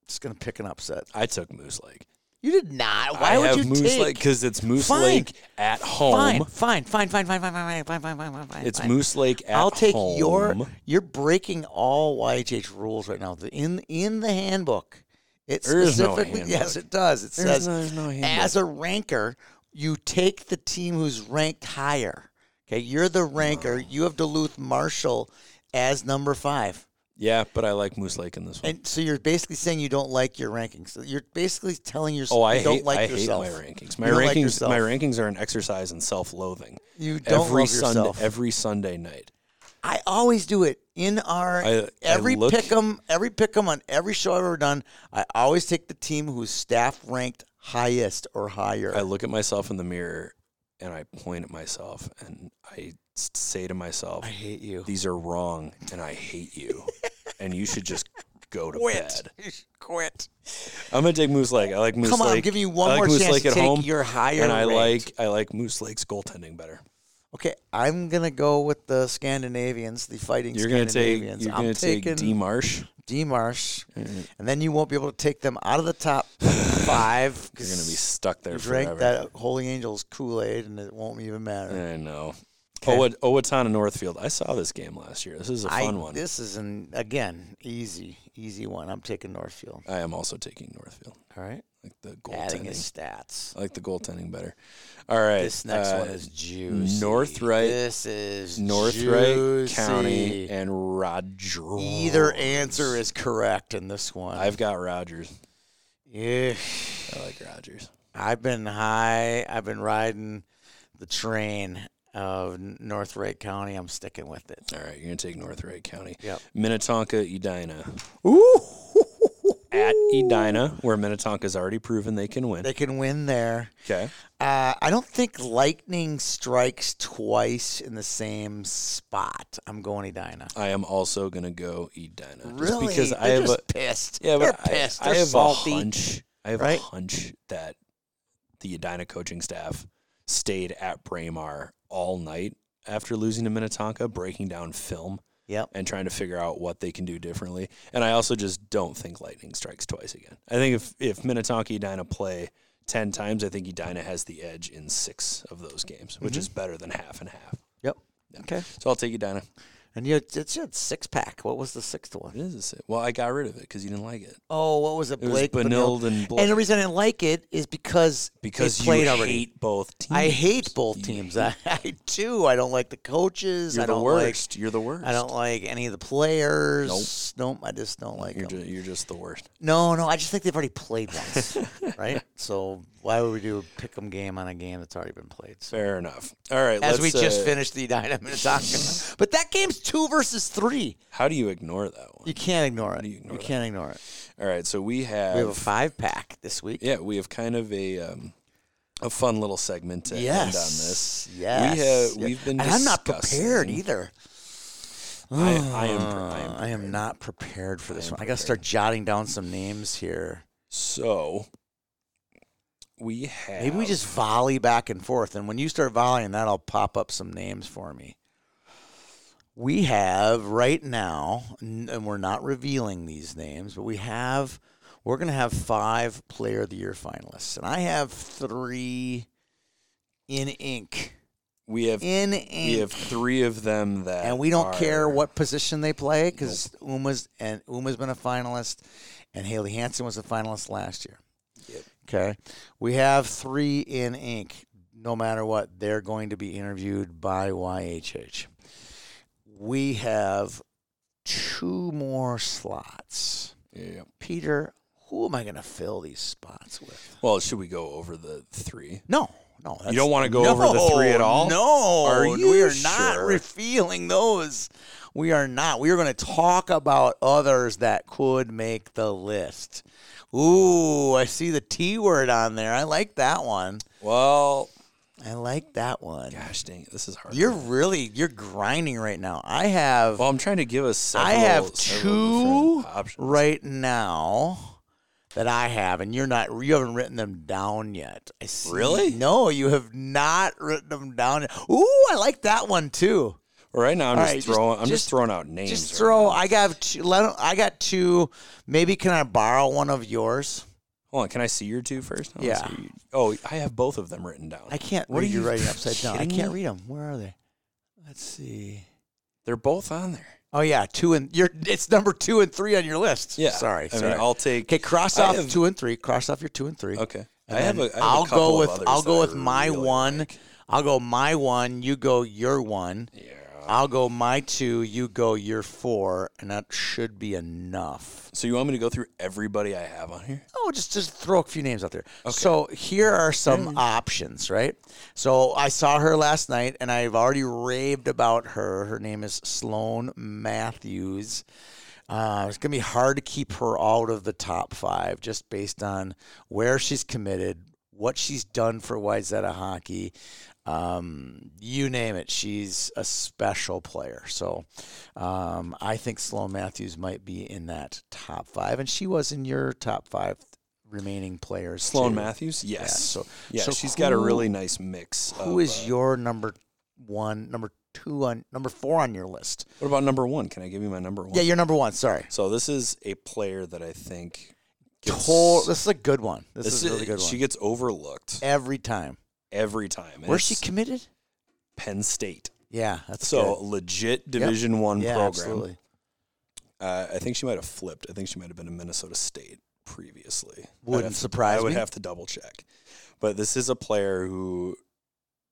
[SPEAKER 1] Just gonna pick an upset.
[SPEAKER 3] I took Moose Lake.
[SPEAKER 1] You did not. Why
[SPEAKER 3] I
[SPEAKER 1] would
[SPEAKER 3] have
[SPEAKER 1] you
[SPEAKER 3] Moose
[SPEAKER 1] take?
[SPEAKER 3] Lake because it's Moose
[SPEAKER 1] Fine.
[SPEAKER 3] Lake at home.
[SPEAKER 1] fine, fine, fine, fine, fine, fine, fine, fine, fine, fine, fine, fine.
[SPEAKER 3] It's
[SPEAKER 1] fine.
[SPEAKER 3] Moose Lake at
[SPEAKER 1] I'll take
[SPEAKER 3] home.
[SPEAKER 1] your. You're breaking all YHH rules right now. The- In in the handbook, it
[SPEAKER 3] There is no
[SPEAKER 1] specifically [LAUGHS] yes,
[SPEAKER 3] handbook.
[SPEAKER 1] it does. It
[SPEAKER 3] There's
[SPEAKER 1] says
[SPEAKER 3] no- there's no handbook.
[SPEAKER 1] as a ranker, you take the team who's ranked higher. Okay, you're the ranker. You have Duluth Marshall as number five,
[SPEAKER 3] Yeah, but I like Moose Lake in this one.
[SPEAKER 1] and so you're basically saying you don't like your rankings. So You're basically telling yourself
[SPEAKER 3] Oh, I
[SPEAKER 1] you don't
[SPEAKER 3] hate
[SPEAKER 1] like
[SPEAKER 3] I
[SPEAKER 1] yourself.
[SPEAKER 3] hate my rankings. My
[SPEAKER 1] You don't like
[SPEAKER 3] rankings
[SPEAKER 1] yourself.
[SPEAKER 3] my rankings are an exercise in self-loathing.
[SPEAKER 1] You don't
[SPEAKER 3] every
[SPEAKER 1] love
[SPEAKER 3] Sunday
[SPEAKER 1] yourself.
[SPEAKER 3] every Sunday night.
[SPEAKER 1] I always do it in our
[SPEAKER 3] I- I
[SPEAKER 1] every
[SPEAKER 3] look-
[SPEAKER 1] pick 'em, every pick 'em on every show I've ever done. I always take the team who's staff ranked highest or higher.
[SPEAKER 3] I look at myself in the mirror and I point at myself and I s- say to myself,
[SPEAKER 1] I hate you.
[SPEAKER 3] "These are wrong and I
[SPEAKER 1] [LAUGHS]
[SPEAKER 3] hate you." and you should just go to bed. [LAUGHS]
[SPEAKER 1] You should Quit.
[SPEAKER 3] I'm gonna take Moose Lake. I like Moose
[SPEAKER 1] Come on,
[SPEAKER 3] Lake.
[SPEAKER 1] I'm giving you one
[SPEAKER 3] I like
[SPEAKER 1] more
[SPEAKER 3] Moose
[SPEAKER 1] chance
[SPEAKER 3] Lake
[SPEAKER 1] to
[SPEAKER 3] at
[SPEAKER 1] take
[SPEAKER 3] home,
[SPEAKER 1] your higher.
[SPEAKER 3] and I
[SPEAKER 1] ranked.
[SPEAKER 3] like I like Moose Lake's goaltending better.
[SPEAKER 1] Okay, I'm gonna go with the Scandinavians, the fighting
[SPEAKER 3] You're gonna take
[SPEAKER 1] Scandinavians.
[SPEAKER 3] you're
[SPEAKER 1] I'm
[SPEAKER 3] gonna take
[SPEAKER 1] taking
[SPEAKER 3] D Marsh.
[SPEAKER 1] Demarsh, and then you won't be able to take them out of the
[SPEAKER 3] [SIGHS]
[SPEAKER 1] top five.
[SPEAKER 3] You're gonna be stuck there
[SPEAKER 1] you
[SPEAKER 3] forever.
[SPEAKER 1] drank that Holy Angels Kool Aid, and it won't even matter.
[SPEAKER 3] I know.
[SPEAKER 1] Okay.
[SPEAKER 3] Owat- Owatonna Northfield. I saw this game last year. This is a
[SPEAKER 1] I-
[SPEAKER 3] fun one.
[SPEAKER 1] This is an again easy, easy one. I'm taking Northfield.
[SPEAKER 3] I am also taking Northfield.
[SPEAKER 1] All right.
[SPEAKER 3] I like the
[SPEAKER 1] Adding his
[SPEAKER 3] goaltending.
[SPEAKER 1] stats.
[SPEAKER 3] I like the goaltending better. All right.
[SPEAKER 1] This next
[SPEAKER 3] uh,
[SPEAKER 1] one is juicy.
[SPEAKER 3] Northright-
[SPEAKER 1] This is
[SPEAKER 3] Northright County
[SPEAKER 1] juicy.
[SPEAKER 3] and Rogers.
[SPEAKER 1] Either answer is correct in this one.
[SPEAKER 3] I've got Rogers.
[SPEAKER 1] yeah.
[SPEAKER 3] I like Rogers.
[SPEAKER 1] I've been high. I've been riding the train of North Ray County. I'm sticking with it.
[SPEAKER 3] All right, you're gonna take North Wright County.
[SPEAKER 1] Yep.
[SPEAKER 3] Minnetonka, Edina.
[SPEAKER 1] Ooh.
[SPEAKER 3] At Edina, where Minnetonka's already proven they can win.
[SPEAKER 1] They can win there.
[SPEAKER 3] Okay.
[SPEAKER 1] Uh, I don't think lightning strikes twice in the same spot. I'm going Edina.
[SPEAKER 3] I am also gonna go Edina. just
[SPEAKER 1] Really?
[SPEAKER 3] because
[SPEAKER 1] They're
[SPEAKER 3] I have
[SPEAKER 1] just
[SPEAKER 3] a
[SPEAKER 1] pissed.
[SPEAKER 3] yeah,
[SPEAKER 1] They're
[SPEAKER 3] but I,
[SPEAKER 1] pissed.
[SPEAKER 3] I
[SPEAKER 1] They're
[SPEAKER 3] have
[SPEAKER 1] salty.
[SPEAKER 3] a hunch. I have
[SPEAKER 1] right?
[SPEAKER 3] a hunch that the Edina coaching staff stayed at Braemar all night after losing to Minnetonka, breaking down film
[SPEAKER 1] Yep.
[SPEAKER 3] and trying to figure out what they can do differently. And I also just don't think lightning strikes twice again. I think if if Minnetonka Edina play ten times, I think Edina has the edge in six of those games,
[SPEAKER 1] Mm-hmm.
[SPEAKER 3] which is better than half and half.
[SPEAKER 1] Yep. Okay.
[SPEAKER 3] So I'll take Edina.
[SPEAKER 1] And you had, it's you had six pack. What was the sixth
[SPEAKER 3] It
[SPEAKER 1] one?
[SPEAKER 3] is a six. Well, I got rid of it because you didn't like it.
[SPEAKER 1] Oh, what was it?
[SPEAKER 3] It
[SPEAKER 1] Blake
[SPEAKER 3] was
[SPEAKER 1] Benilde.
[SPEAKER 3] Benilde and Blake.
[SPEAKER 1] And the reason I didn't like it is because
[SPEAKER 3] because
[SPEAKER 1] they
[SPEAKER 3] you
[SPEAKER 1] played
[SPEAKER 3] hate
[SPEAKER 1] already.
[SPEAKER 3] both teams.
[SPEAKER 1] I hate both
[SPEAKER 3] You
[SPEAKER 1] teams.
[SPEAKER 3] hate-
[SPEAKER 1] I, [LAUGHS] I do. I don't like the coaches.
[SPEAKER 3] You're
[SPEAKER 1] I
[SPEAKER 3] the
[SPEAKER 1] don't
[SPEAKER 3] worst. you're the worst.
[SPEAKER 1] like. I don't like any of the players. Nope. I just don't like
[SPEAKER 3] You're,
[SPEAKER 1] them.
[SPEAKER 3] ju- you're just the worst.
[SPEAKER 1] No, no. I just think they've already played
[SPEAKER 3] [LAUGHS]
[SPEAKER 1] once, right? So why would we do a pick 'em game on a game that's already been played? So
[SPEAKER 3] Fair enough. All right.
[SPEAKER 1] as
[SPEAKER 3] let's,
[SPEAKER 1] we just
[SPEAKER 3] uh,
[SPEAKER 1] finished the nine minute
[SPEAKER 3] [LAUGHS]
[SPEAKER 1] talking, but that game's two versus three.
[SPEAKER 3] how do you ignore that one?
[SPEAKER 1] You can't ignore it.
[SPEAKER 3] do you
[SPEAKER 1] You,
[SPEAKER 3] ignore that?
[SPEAKER 1] can't ignore it.
[SPEAKER 3] All right. So we have
[SPEAKER 1] We have a five pack this week.
[SPEAKER 3] yeah, we have kind of a um, a fun little segment to end on this.
[SPEAKER 1] Yes.
[SPEAKER 3] We have, we've been.
[SPEAKER 1] And I'm not prepared
[SPEAKER 3] discussing-
[SPEAKER 1] either. [SIGHS]
[SPEAKER 3] I, I am. pre- I am
[SPEAKER 1] Uh, I am not prepared for this
[SPEAKER 3] am
[SPEAKER 1] one. I got to start jotting down some names here.
[SPEAKER 3] So we have.
[SPEAKER 1] Maybe we just volley back and forth. And when you start volleying, that'll pop up some names for me. We have right now, n- and we're not revealing these names, but we have, we're going to have five Player of the Year finalists. And I have three in ink.
[SPEAKER 3] we have
[SPEAKER 1] In
[SPEAKER 3] we have
[SPEAKER 1] ink.
[SPEAKER 3] three of them that
[SPEAKER 1] and we don't care
[SPEAKER 3] are-
[SPEAKER 1] what position they play because Uma's and Uma's been a finalist, and Haley Hansen was a finalist last year.
[SPEAKER 3] Yep.
[SPEAKER 1] Okay, we have three in ink. No matter what, they're going to be interviewed by YHH. We have two more slots.
[SPEAKER 3] Yeah.
[SPEAKER 1] Peter, who am I going to fill these spots with?
[SPEAKER 3] Well, should we go over the three?
[SPEAKER 1] No, no. That's,
[SPEAKER 3] You don't want to go over the three at
[SPEAKER 1] No,
[SPEAKER 3] all?
[SPEAKER 1] No,
[SPEAKER 3] Are
[SPEAKER 1] we
[SPEAKER 3] you
[SPEAKER 1] are not
[SPEAKER 3] sure?
[SPEAKER 1] revealing those. We are not. We are going to talk about others that could make the list. Ooh, I see the T word on there. I like that one.
[SPEAKER 3] Well,
[SPEAKER 1] I like that one.
[SPEAKER 3] gosh dang it, this is hard.
[SPEAKER 1] You're really you're grinding right now. I have
[SPEAKER 3] well, I'm trying to give us. Several,
[SPEAKER 1] I have
[SPEAKER 3] several
[SPEAKER 1] two
[SPEAKER 3] different options.
[SPEAKER 1] right now that I have, and you're not. You haven't written them down yet. I see.
[SPEAKER 3] Really?
[SPEAKER 1] No, you have not written them down. yet. Ooh, I like that one too.
[SPEAKER 3] Right now, I'm just
[SPEAKER 1] right, just-
[SPEAKER 3] throwing. I'm just
[SPEAKER 1] just-
[SPEAKER 3] throwing out names.
[SPEAKER 1] Just
[SPEAKER 3] right
[SPEAKER 1] throw.
[SPEAKER 3] now.
[SPEAKER 1] I got. Two, let, I got two. Maybe can I borrow one of yours?
[SPEAKER 3] Hold on, can I see your two first? I wanna
[SPEAKER 1] Yeah.
[SPEAKER 3] see your- oh, I have both of them written down.
[SPEAKER 1] I can't
[SPEAKER 3] What
[SPEAKER 1] read
[SPEAKER 3] are
[SPEAKER 1] you
[SPEAKER 3] you [LAUGHS]
[SPEAKER 1] writing upside down. I
[SPEAKER 3] kidding
[SPEAKER 1] can't
[SPEAKER 3] me?
[SPEAKER 1] read them. Where are they? Let's see.
[SPEAKER 3] They're both on there.
[SPEAKER 1] Oh yeah, two and you're. It's number two and three on your list.
[SPEAKER 3] Yeah.
[SPEAKER 1] Sorry.
[SPEAKER 3] I
[SPEAKER 1] sorry.
[SPEAKER 3] mean, I'll take.
[SPEAKER 1] okay, cross
[SPEAKER 3] I
[SPEAKER 1] off
[SPEAKER 3] have-
[SPEAKER 1] two and three. Cross off your two and three.
[SPEAKER 3] Okay.
[SPEAKER 1] And
[SPEAKER 3] I have
[SPEAKER 1] then
[SPEAKER 3] a. I have a
[SPEAKER 1] I'll
[SPEAKER 3] couple
[SPEAKER 1] go
[SPEAKER 3] of
[SPEAKER 1] with
[SPEAKER 3] others
[SPEAKER 1] I'll
[SPEAKER 3] that
[SPEAKER 1] go with
[SPEAKER 3] I
[SPEAKER 1] my
[SPEAKER 3] really
[SPEAKER 1] one.
[SPEAKER 3] like.
[SPEAKER 1] I'll go my one. You go your one.
[SPEAKER 3] Yeah.
[SPEAKER 1] I'll go my two. You go your four, and that should be enough.
[SPEAKER 3] So you want me to go through everybody I have on here?
[SPEAKER 1] Oh, just just throw a few names out there. So here are some options, right? So I saw her last night, and I've already raved about her. Her name is Sloane Matthews. Uh, it's gonna be hard to keep her out of the top five, just based on where she's committed, what she's done for Wayzata hockey. Um, you name it, she's a special player. So um, I think Sloan Matthews might be in that top five, and she was in your top five remaining players.
[SPEAKER 3] Sloan
[SPEAKER 1] too.
[SPEAKER 3] Matthews. Yes.
[SPEAKER 1] Yeah. So
[SPEAKER 3] yeah,
[SPEAKER 1] so
[SPEAKER 3] she's got a
[SPEAKER 1] who-
[SPEAKER 3] really nice mix.
[SPEAKER 1] Who
[SPEAKER 3] of,
[SPEAKER 1] is
[SPEAKER 3] uh,
[SPEAKER 1] your number one, number two on number four on your list?
[SPEAKER 3] What about number one? Can I give you my number one?
[SPEAKER 1] Yeah, you're number one. Sorry.
[SPEAKER 3] So this is a player that I think. gets-
[SPEAKER 1] Tol- this is a good one. This,
[SPEAKER 3] this
[SPEAKER 1] is a really good one.
[SPEAKER 3] She gets overlooked
[SPEAKER 1] Every time.
[SPEAKER 3] every time. and
[SPEAKER 1] Where's she
[SPEAKER 3] it's
[SPEAKER 1] committed?
[SPEAKER 3] Penn State.
[SPEAKER 1] Yeah, that's
[SPEAKER 3] So
[SPEAKER 1] good.
[SPEAKER 3] legit Division One
[SPEAKER 1] yeah,
[SPEAKER 3] program.
[SPEAKER 1] absolutely.
[SPEAKER 3] Uh, I think she might have flipped. I think she might have been in Minnesota State. previously. I'd
[SPEAKER 1] Wouldn't
[SPEAKER 3] have to-
[SPEAKER 1] surprise
[SPEAKER 3] I would
[SPEAKER 1] me.
[SPEAKER 3] have to double check. But this is a player who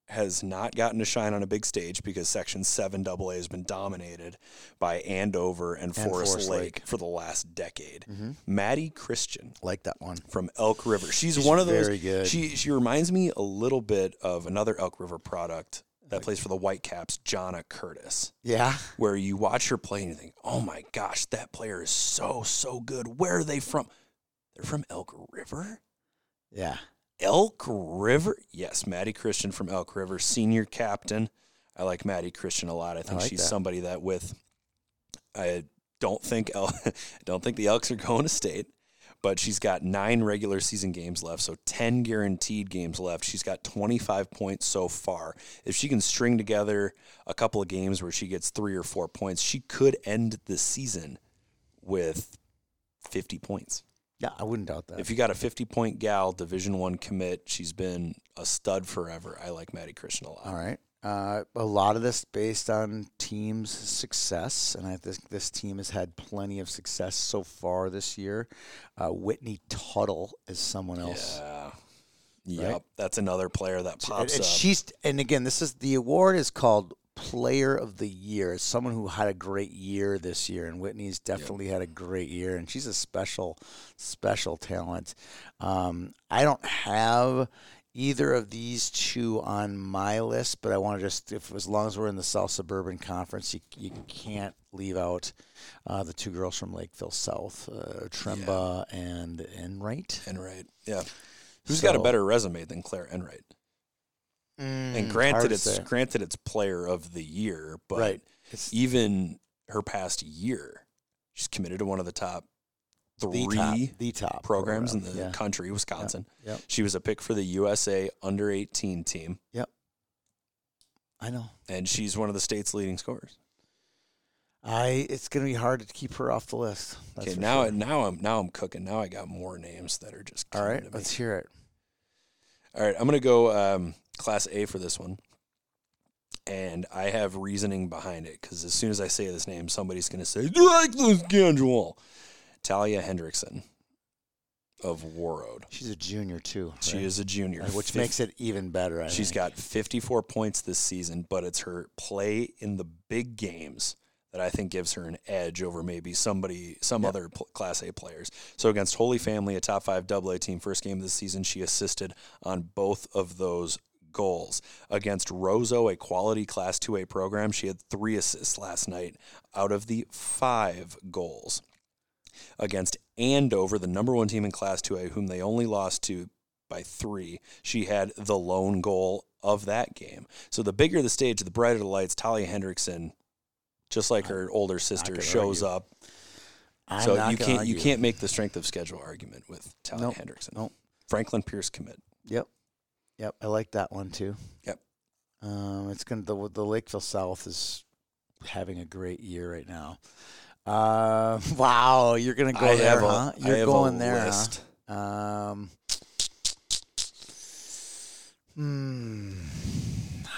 [SPEAKER 3] has not gotten to shine on a big stage because Section 7 AA has been dominated by Andover and, Forest,
[SPEAKER 1] Forest
[SPEAKER 3] Lake,
[SPEAKER 1] Lake. Mm-hmm.
[SPEAKER 3] for the last decade. Maddie Christian
[SPEAKER 1] Like that one.
[SPEAKER 3] from Elk River. She's, one of those.
[SPEAKER 1] very good.
[SPEAKER 3] She, she reminds me a little bit of another Elk River product that plays for the Whitecaps, Jonna Curtis
[SPEAKER 1] Yeah.
[SPEAKER 3] where you watch her play and you think, oh my gosh, that player is so, so good. Where are they from? They're from Elk River?
[SPEAKER 1] Yeah.
[SPEAKER 3] Elk River? Yes, Maddie Christian from Elk River, senior captain. I like Maddie Christian a lot. I think
[SPEAKER 1] like
[SPEAKER 3] she's
[SPEAKER 1] that.
[SPEAKER 3] somebody that with I don't think El- [LAUGHS] I don't think the Elks are going to state, but she's got 9 regular season games left, so 10 guaranteed games left. She's got 25 points so far. If she can string together a couple of games where she gets 3 or 4 points, she could end the season with 50 points.
[SPEAKER 1] Yeah. I wouldn't doubt that.
[SPEAKER 3] If you got a 50 point gal, Division One commit, she's been a stud forever. I like Maddie Christian a lot.
[SPEAKER 1] All right. Uh, a lot of this based on teams' success, and I think this team has had plenty of success so far this year. Uh, Whitney Tuttle is someone else.
[SPEAKER 3] Yeah. Yep. That's another player that
[SPEAKER 1] And,
[SPEAKER 3] pops
[SPEAKER 1] and
[SPEAKER 3] up.
[SPEAKER 1] she's and again, this is the award is called Player of the Year. It's someone who had a great year this year, and Whitney's definitely had a great year, and she's a special, special talent. Um, I don't have either of these two on my list, but I want to just if as long as we're in the South Suburban Conference, you you can't leave out uh, the two girls from Lakeville South, uh, Tremba and Enright.
[SPEAKER 3] Enright. Yeah. Who's got
[SPEAKER 1] So-
[SPEAKER 3] a
[SPEAKER 1] Hmm,
[SPEAKER 3] better resume than Claire Enright? and
[SPEAKER 1] hard
[SPEAKER 3] granted
[SPEAKER 1] to
[SPEAKER 3] it's
[SPEAKER 1] say.
[SPEAKER 3] granted it's player of the year, but
[SPEAKER 1] Right. It's-
[SPEAKER 3] even her past year, she's committed to one of the top three
[SPEAKER 1] the top, the top
[SPEAKER 3] programs in
[SPEAKER 1] program.
[SPEAKER 3] the
[SPEAKER 1] Yeah.
[SPEAKER 3] country, Wisconsin.
[SPEAKER 1] Yep.
[SPEAKER 3] She was a pick for the USA under 18 team,
[SPEAKER 1] I know.
[SPEAKER 3] and she's one of the state's leading scorers.
[SPEAKER 1] I it's gonna be hard to keep her off the list. That's
[SPEAKER 3] Okay,
[SPEAKER 1] for
[SPEAKER 3] now
[SPEAKER 1] sure.
[SPEAKER 3] now I'm now I'm cooking. Now I got more names that are just
[SPEAKER 1] all
[SPEAKER 3] coming
[SPEAKER 1] right,
[SPEAKER 3] to me.
[SPEAKER 1] let's hear it.
[SPEAKER 3] All right, I'm gonna go um, class A for this one, and I have reasoning behind it because as soon as I say this name, somebody's gonna say you like the schedule. Talia Hendrickson of Warroad.
[SPEAKER 1] She's a junior too,
[SPEAKER 3] She
[SPEAKER 1] right?
[SPEAKER 3] is a junior,
[SPEAKER 1] Uh, which
[SPEAKER 3] Fif-
[SPEAKER 1] makes it even better. I
[SPEAKER 3] She's
[SPEAKER 1] think.
[SPEAKER 3] got 54 points this season, but it's her play in the big games that I think gives her an edge over maybe somebody, some other pl- Class A players. So against Holy Family, a top five AA team, first game of the season, she assisted on both of those goals. Against Roseau, a quality Class 2A program, she had three assists last night out of the five goals against Andover, the number one team in Class 2A, whom they only lost to by three. She had the lone goal of that game. So the bigger the stage, the brighter the lights. Talia Hendrickson, just like her older sister,
[SPEAKER 1] gonna
[SPEAKER 3] shows up.
[SPEAKER 1] I'm
[SPEAKER 3] So
[SPEAKER 1] not
[SPEAKER 3] you
[SPEAKER 1] gonna
[SPEAKER 3] can't you
[SPEAKER 1] argue.
[SPEAKER 3] can't make the strength of schedule argument with Talia
[SPEAKER 1] Nope,
[SPEAKER 3] Hendrickson.
[SPEAKER 1] nope.
[SPEAKER 3] Franklin Pierce commit.
[SPEAKER 1] Yep, yep. I like that one too.
[SPEAKER 3] Yep.
[SPEAKER 1] Um, it's gonna the the Lakeville South is having a great year right now. Uh, [LAUGHS] wow, you're gonna go
[SPEAKER 3] I
[SPEAKER 1] there,
[SPEAKER 3] have a-
[SPEAKER 1] huh?
[SPEAKER 3] I
[SPEAKER 1] You're
[SPEAKER 3] have a
[SPEAKER 1] going there, huh?
[SPEAKER 3] list.
[SPEAKER 1] Um, hmm.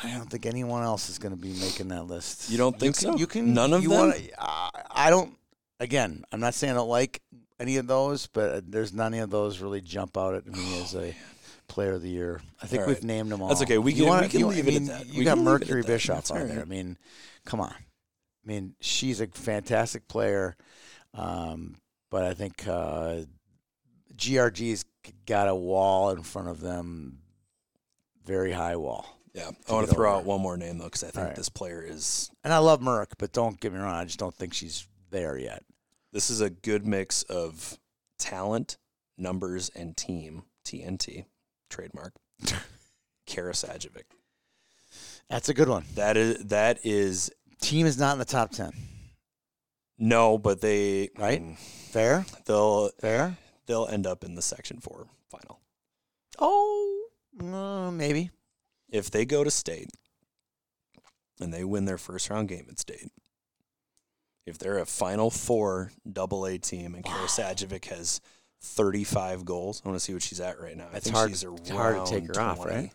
[SPEAKER 1] I don't think anyone else is going to be making that list.
[SPEAKER 3] You don't think
[SPEAKER 1] can,
[SPEAKER 3] so?
[SPEAKER 1] You can
[SPEAKER 3] None of
[SPEAKER 1] you
[SPEAKER 3] them?
[SPEAKER 1] Wanna, uh, I don't. Again, I'm not saying I don't like any of those, but uh, there's none of those really jump out at
[SPEAKER 3] Oh,
[SPEAKER 1] me as a player of the year. I think
[SPEAKER 3] All
[SPEAKER 1] we've
[SPEAKER 3] right.
[SPEAKER 1] named them all.
[SPEAKER 3] That's okay. We
[SPEAKER 1] You
[SPEAKER 3] can-
[SPEAKER 1] wanna-
[SPEAKER 3] we can
[SPEAKER 1] you-
[SPEAKER 3] leave
[SPEAKER 1] I
[SPEAKER 3] it at
[SPEAKER 1] mean,
[SPEAKER 3] that.
[SPEAKER 1] You
[SPEAKER 3] We
[SPEAKER 1] got
[SPEAKER 3] can leave it at
[SPEAKER 1] Mercury
[SPEAKER 3] that.
[SPEAKER 1] Bischoff
[SPEAKER 3] That's
[SPEAKER 1] on
[SPEAKER 3] all right.
[SPEAKER 1] there. I mean, come on. I mean, she's a fantastic player, um, but I think uh, GRG's got a wall in front of them, very high wall.
[SPEAKER 3] Yeah, I want to
[SPEAKER 1] get
[SPEAKER 3] throw
[SPEAKER 1] over.
[SPEAKER 3] out one more name though because I think
[SPEAKER 1] right.
[SPEAKER 3] this player is
[SPEAKER 1] And I love Merck, but don't get me wrong. I just don't think she's there yet.
[SPEAKER 3] this is a good mix of talent, numbers, and team. TNT
[SPEAKER 1] [LAUGHS]
[SPEAKER 3] trademark. Kara Sajovic.
[SPEAKER 1] That's a good one.
[SPEAKER 3] That is that is
[SPEAKER 1] Team is not in the top ten.
[SPEAKER 3] no, but they
[SPEAKER 1] Right.
[SPEAKER 3] mm,
[SPEAKER 1] Fair,
[SPEAKER 3] They'll
[SPEAKER 1] fair.
[SPEAKER 3] they'll end up in the section four final
[SPEAKER 1] Oh,
[SPEAKER 3] mm,
[SPEAKER 1] uh, maybe.
[SPEAKER 3] if they go to state and they win their first round game at state. If they're a Final Four Double A team and Kara Sajovic has 35 goals, I want to see what she's at right now. I
[SPEAKER 1] That's
[SPEAKER 3] think
[SPEAKER 1] hard-
[SPEAKER 3] she's
[SPEAKER 1] it's hard to take
[SPEAKER 3] around
[SPEAKER 1] her off,
[SPEAKER 3] 20.
[SPEAKER 1] right?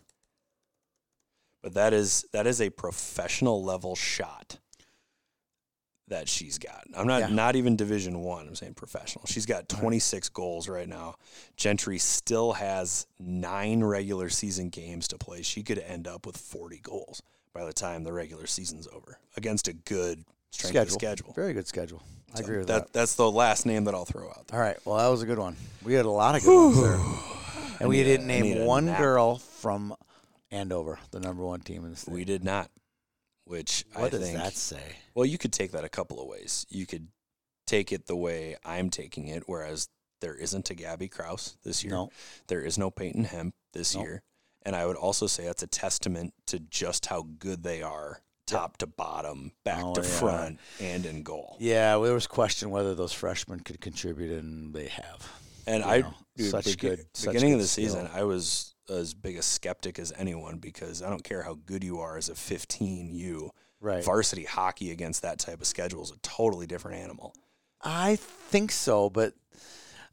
[SPEAKER 3] But that is that is a professional level shot that she's got. I'm not
[SPEAKER 1] Yeah.
[SPEAKER 3] not even Division One. I'm saying professional. She's got 26 goals right now. Gentry still has nine regular season games to play. She could end up with 40 goals by the time the regular season's over against a good strength of
[SPEAKER 1] Schedule.
[SPEAKER 3] schedule.
[SPEAKER 1] Very good schedule. I
[SPEAKER 3] So
[SPEAKER 1] agree with that.
[SPEAKER 3] that. That's the last name that I'll throw out. there.
[SPEAKER 1] All right. Well, that was a good one. We had a lot of good ones there. And we
[SPEAKER 3] need a-
[SPEAKER 1] didn't
[SPEAKER 3] I need
[SPEAKER 1] name
[SPEAKER 3] a
[SPEAKER 1] one
[SPEAKER 3] nap.
[SPEAKER 1] girl from Andover, the number one team in the state.
[SPEAKER 3] We did not, which I
[SPEAKER 1] what does
[SPEAKER 3] think
[SPEAKER 1] that say?
[SPEAKER 3] Well, you could take that a couple of ways. You could take it the way I'm taking it, whereas there isn't a Gabby Krause this year.
[SPEAKER 1] No.
[SPEAKER 3] There is no Peyton Hemp this
[SPEAKER 1] No.
[SPEAKER 3] year. And I would also say that's a testament to just how good they are, top to bottom, back
[SPEAKER 1] Oh,
[SPEAKER 3] to
[SPEAKER 1] yeah.
[SPEAKER 3] front, and in goal.
[SPEAKER 1] Yeah, there was question whether those freshmen could contribute, and they have.
[SPEAKER 3] And
[SPEAKER 1] You
[SPEAKER 3] I,
[SPEAKER 1] know, such good- such
[SPEAKER 3] beginning of
[SPEAKER 1] good
[SPEAKER 3] the season,
[SPEAKER 1] skill.
[SPEAKER 3] I was as big a skeptic as anyone because I don't care how good you are as a 15 U.
[SPEAKER 1] Right.
[SPEAKER 3] Varsity hockey against that type of schedule is a totally different animal.
[SPEAKER 1] I think so, but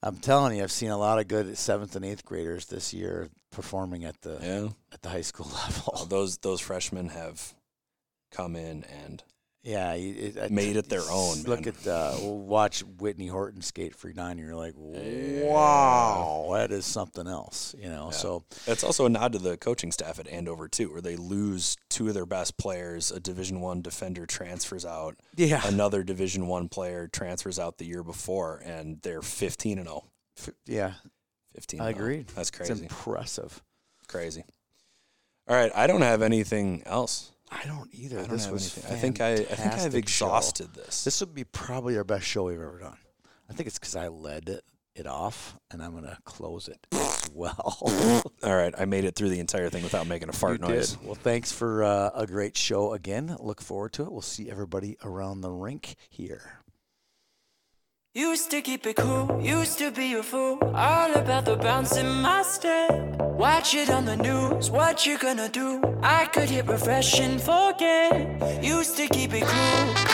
[SPEAKER 1] I'm telling you, I've seen a lot of good seventh and eighth graders this year performing at the
[SPEAKER 3] Yeah.
[SPEAKER 1] at the high school [LAUGHS]
[SPEAKER 3] Oh,
[SPEAKER 1] level.
[SPEAKER 3] those those freshmen have come in and
[SPEAKER 1] Yeah, you- it, I-
[SPEAKER 3] Made it their
[SPEAKER 1] s-
[SPEAKER 3] own,
[SPEAKER 1] Look
[SPEAKER 3] man.
[SPEAKER 1] at uh, watch Whitney Horton skate for nine. You're like, wow, that is something else, you know. So
[SPEAKER 3] that's also a nod to the coaching staff at Andover too, where they lose two of their best players. A Division One defender transfers out.
[SPEAKER 1] yeah,
[SPEAKER 3] Another Division One player transfers out the year before, and they're fifteen and 0.
[SPEAKER 1] f- yeah,
[SPEAKER 3] 15
[SPEAKER 1] I
[SPEAKER 3] and 0.
[SPEAKER 1] agreed.
[SPEAKER 3] That's
[SPEAKER 1] It's
[SPEAKER 3] crazy.
[SPEAKER 1] impressive.
[SPEAKER 3] crazy. All right, I don't have anything else.
[SPEAKER 1] I don't either.
[SPEAKER 3] I don't
[SPEAKER 1] this
[SPEAKER 3] have
[SPEAKER 1] was
[SPEAKER 3] anything. I think I, I think I've
[SPEAKER 1] fantastic show.
[SPEAKER 3] exhausted this.
[SPEAKER 1] This would be probably our best show we've ever done. I think it's because I led it, it off, and I'm gonna close it
[SPEAKER 3] [LAUGHS]
[SPEAKER 1] as well.
[SPEAKER 3] All right, I made it through the entire thing without making a fart
[SPEAKER 1] You
[SPEAKER 3] noise.
[SPEAKER 1] did. Well, thanks for uh, a great show again. Look forward to it. We'll see everybody around the rink here.
[SPEAKER 2] Used to keep it cool, used to be a fool. All about the bouncing master. Watch it on the news, what you gonna do? I could hit refresh and forget. Used to keep it cool.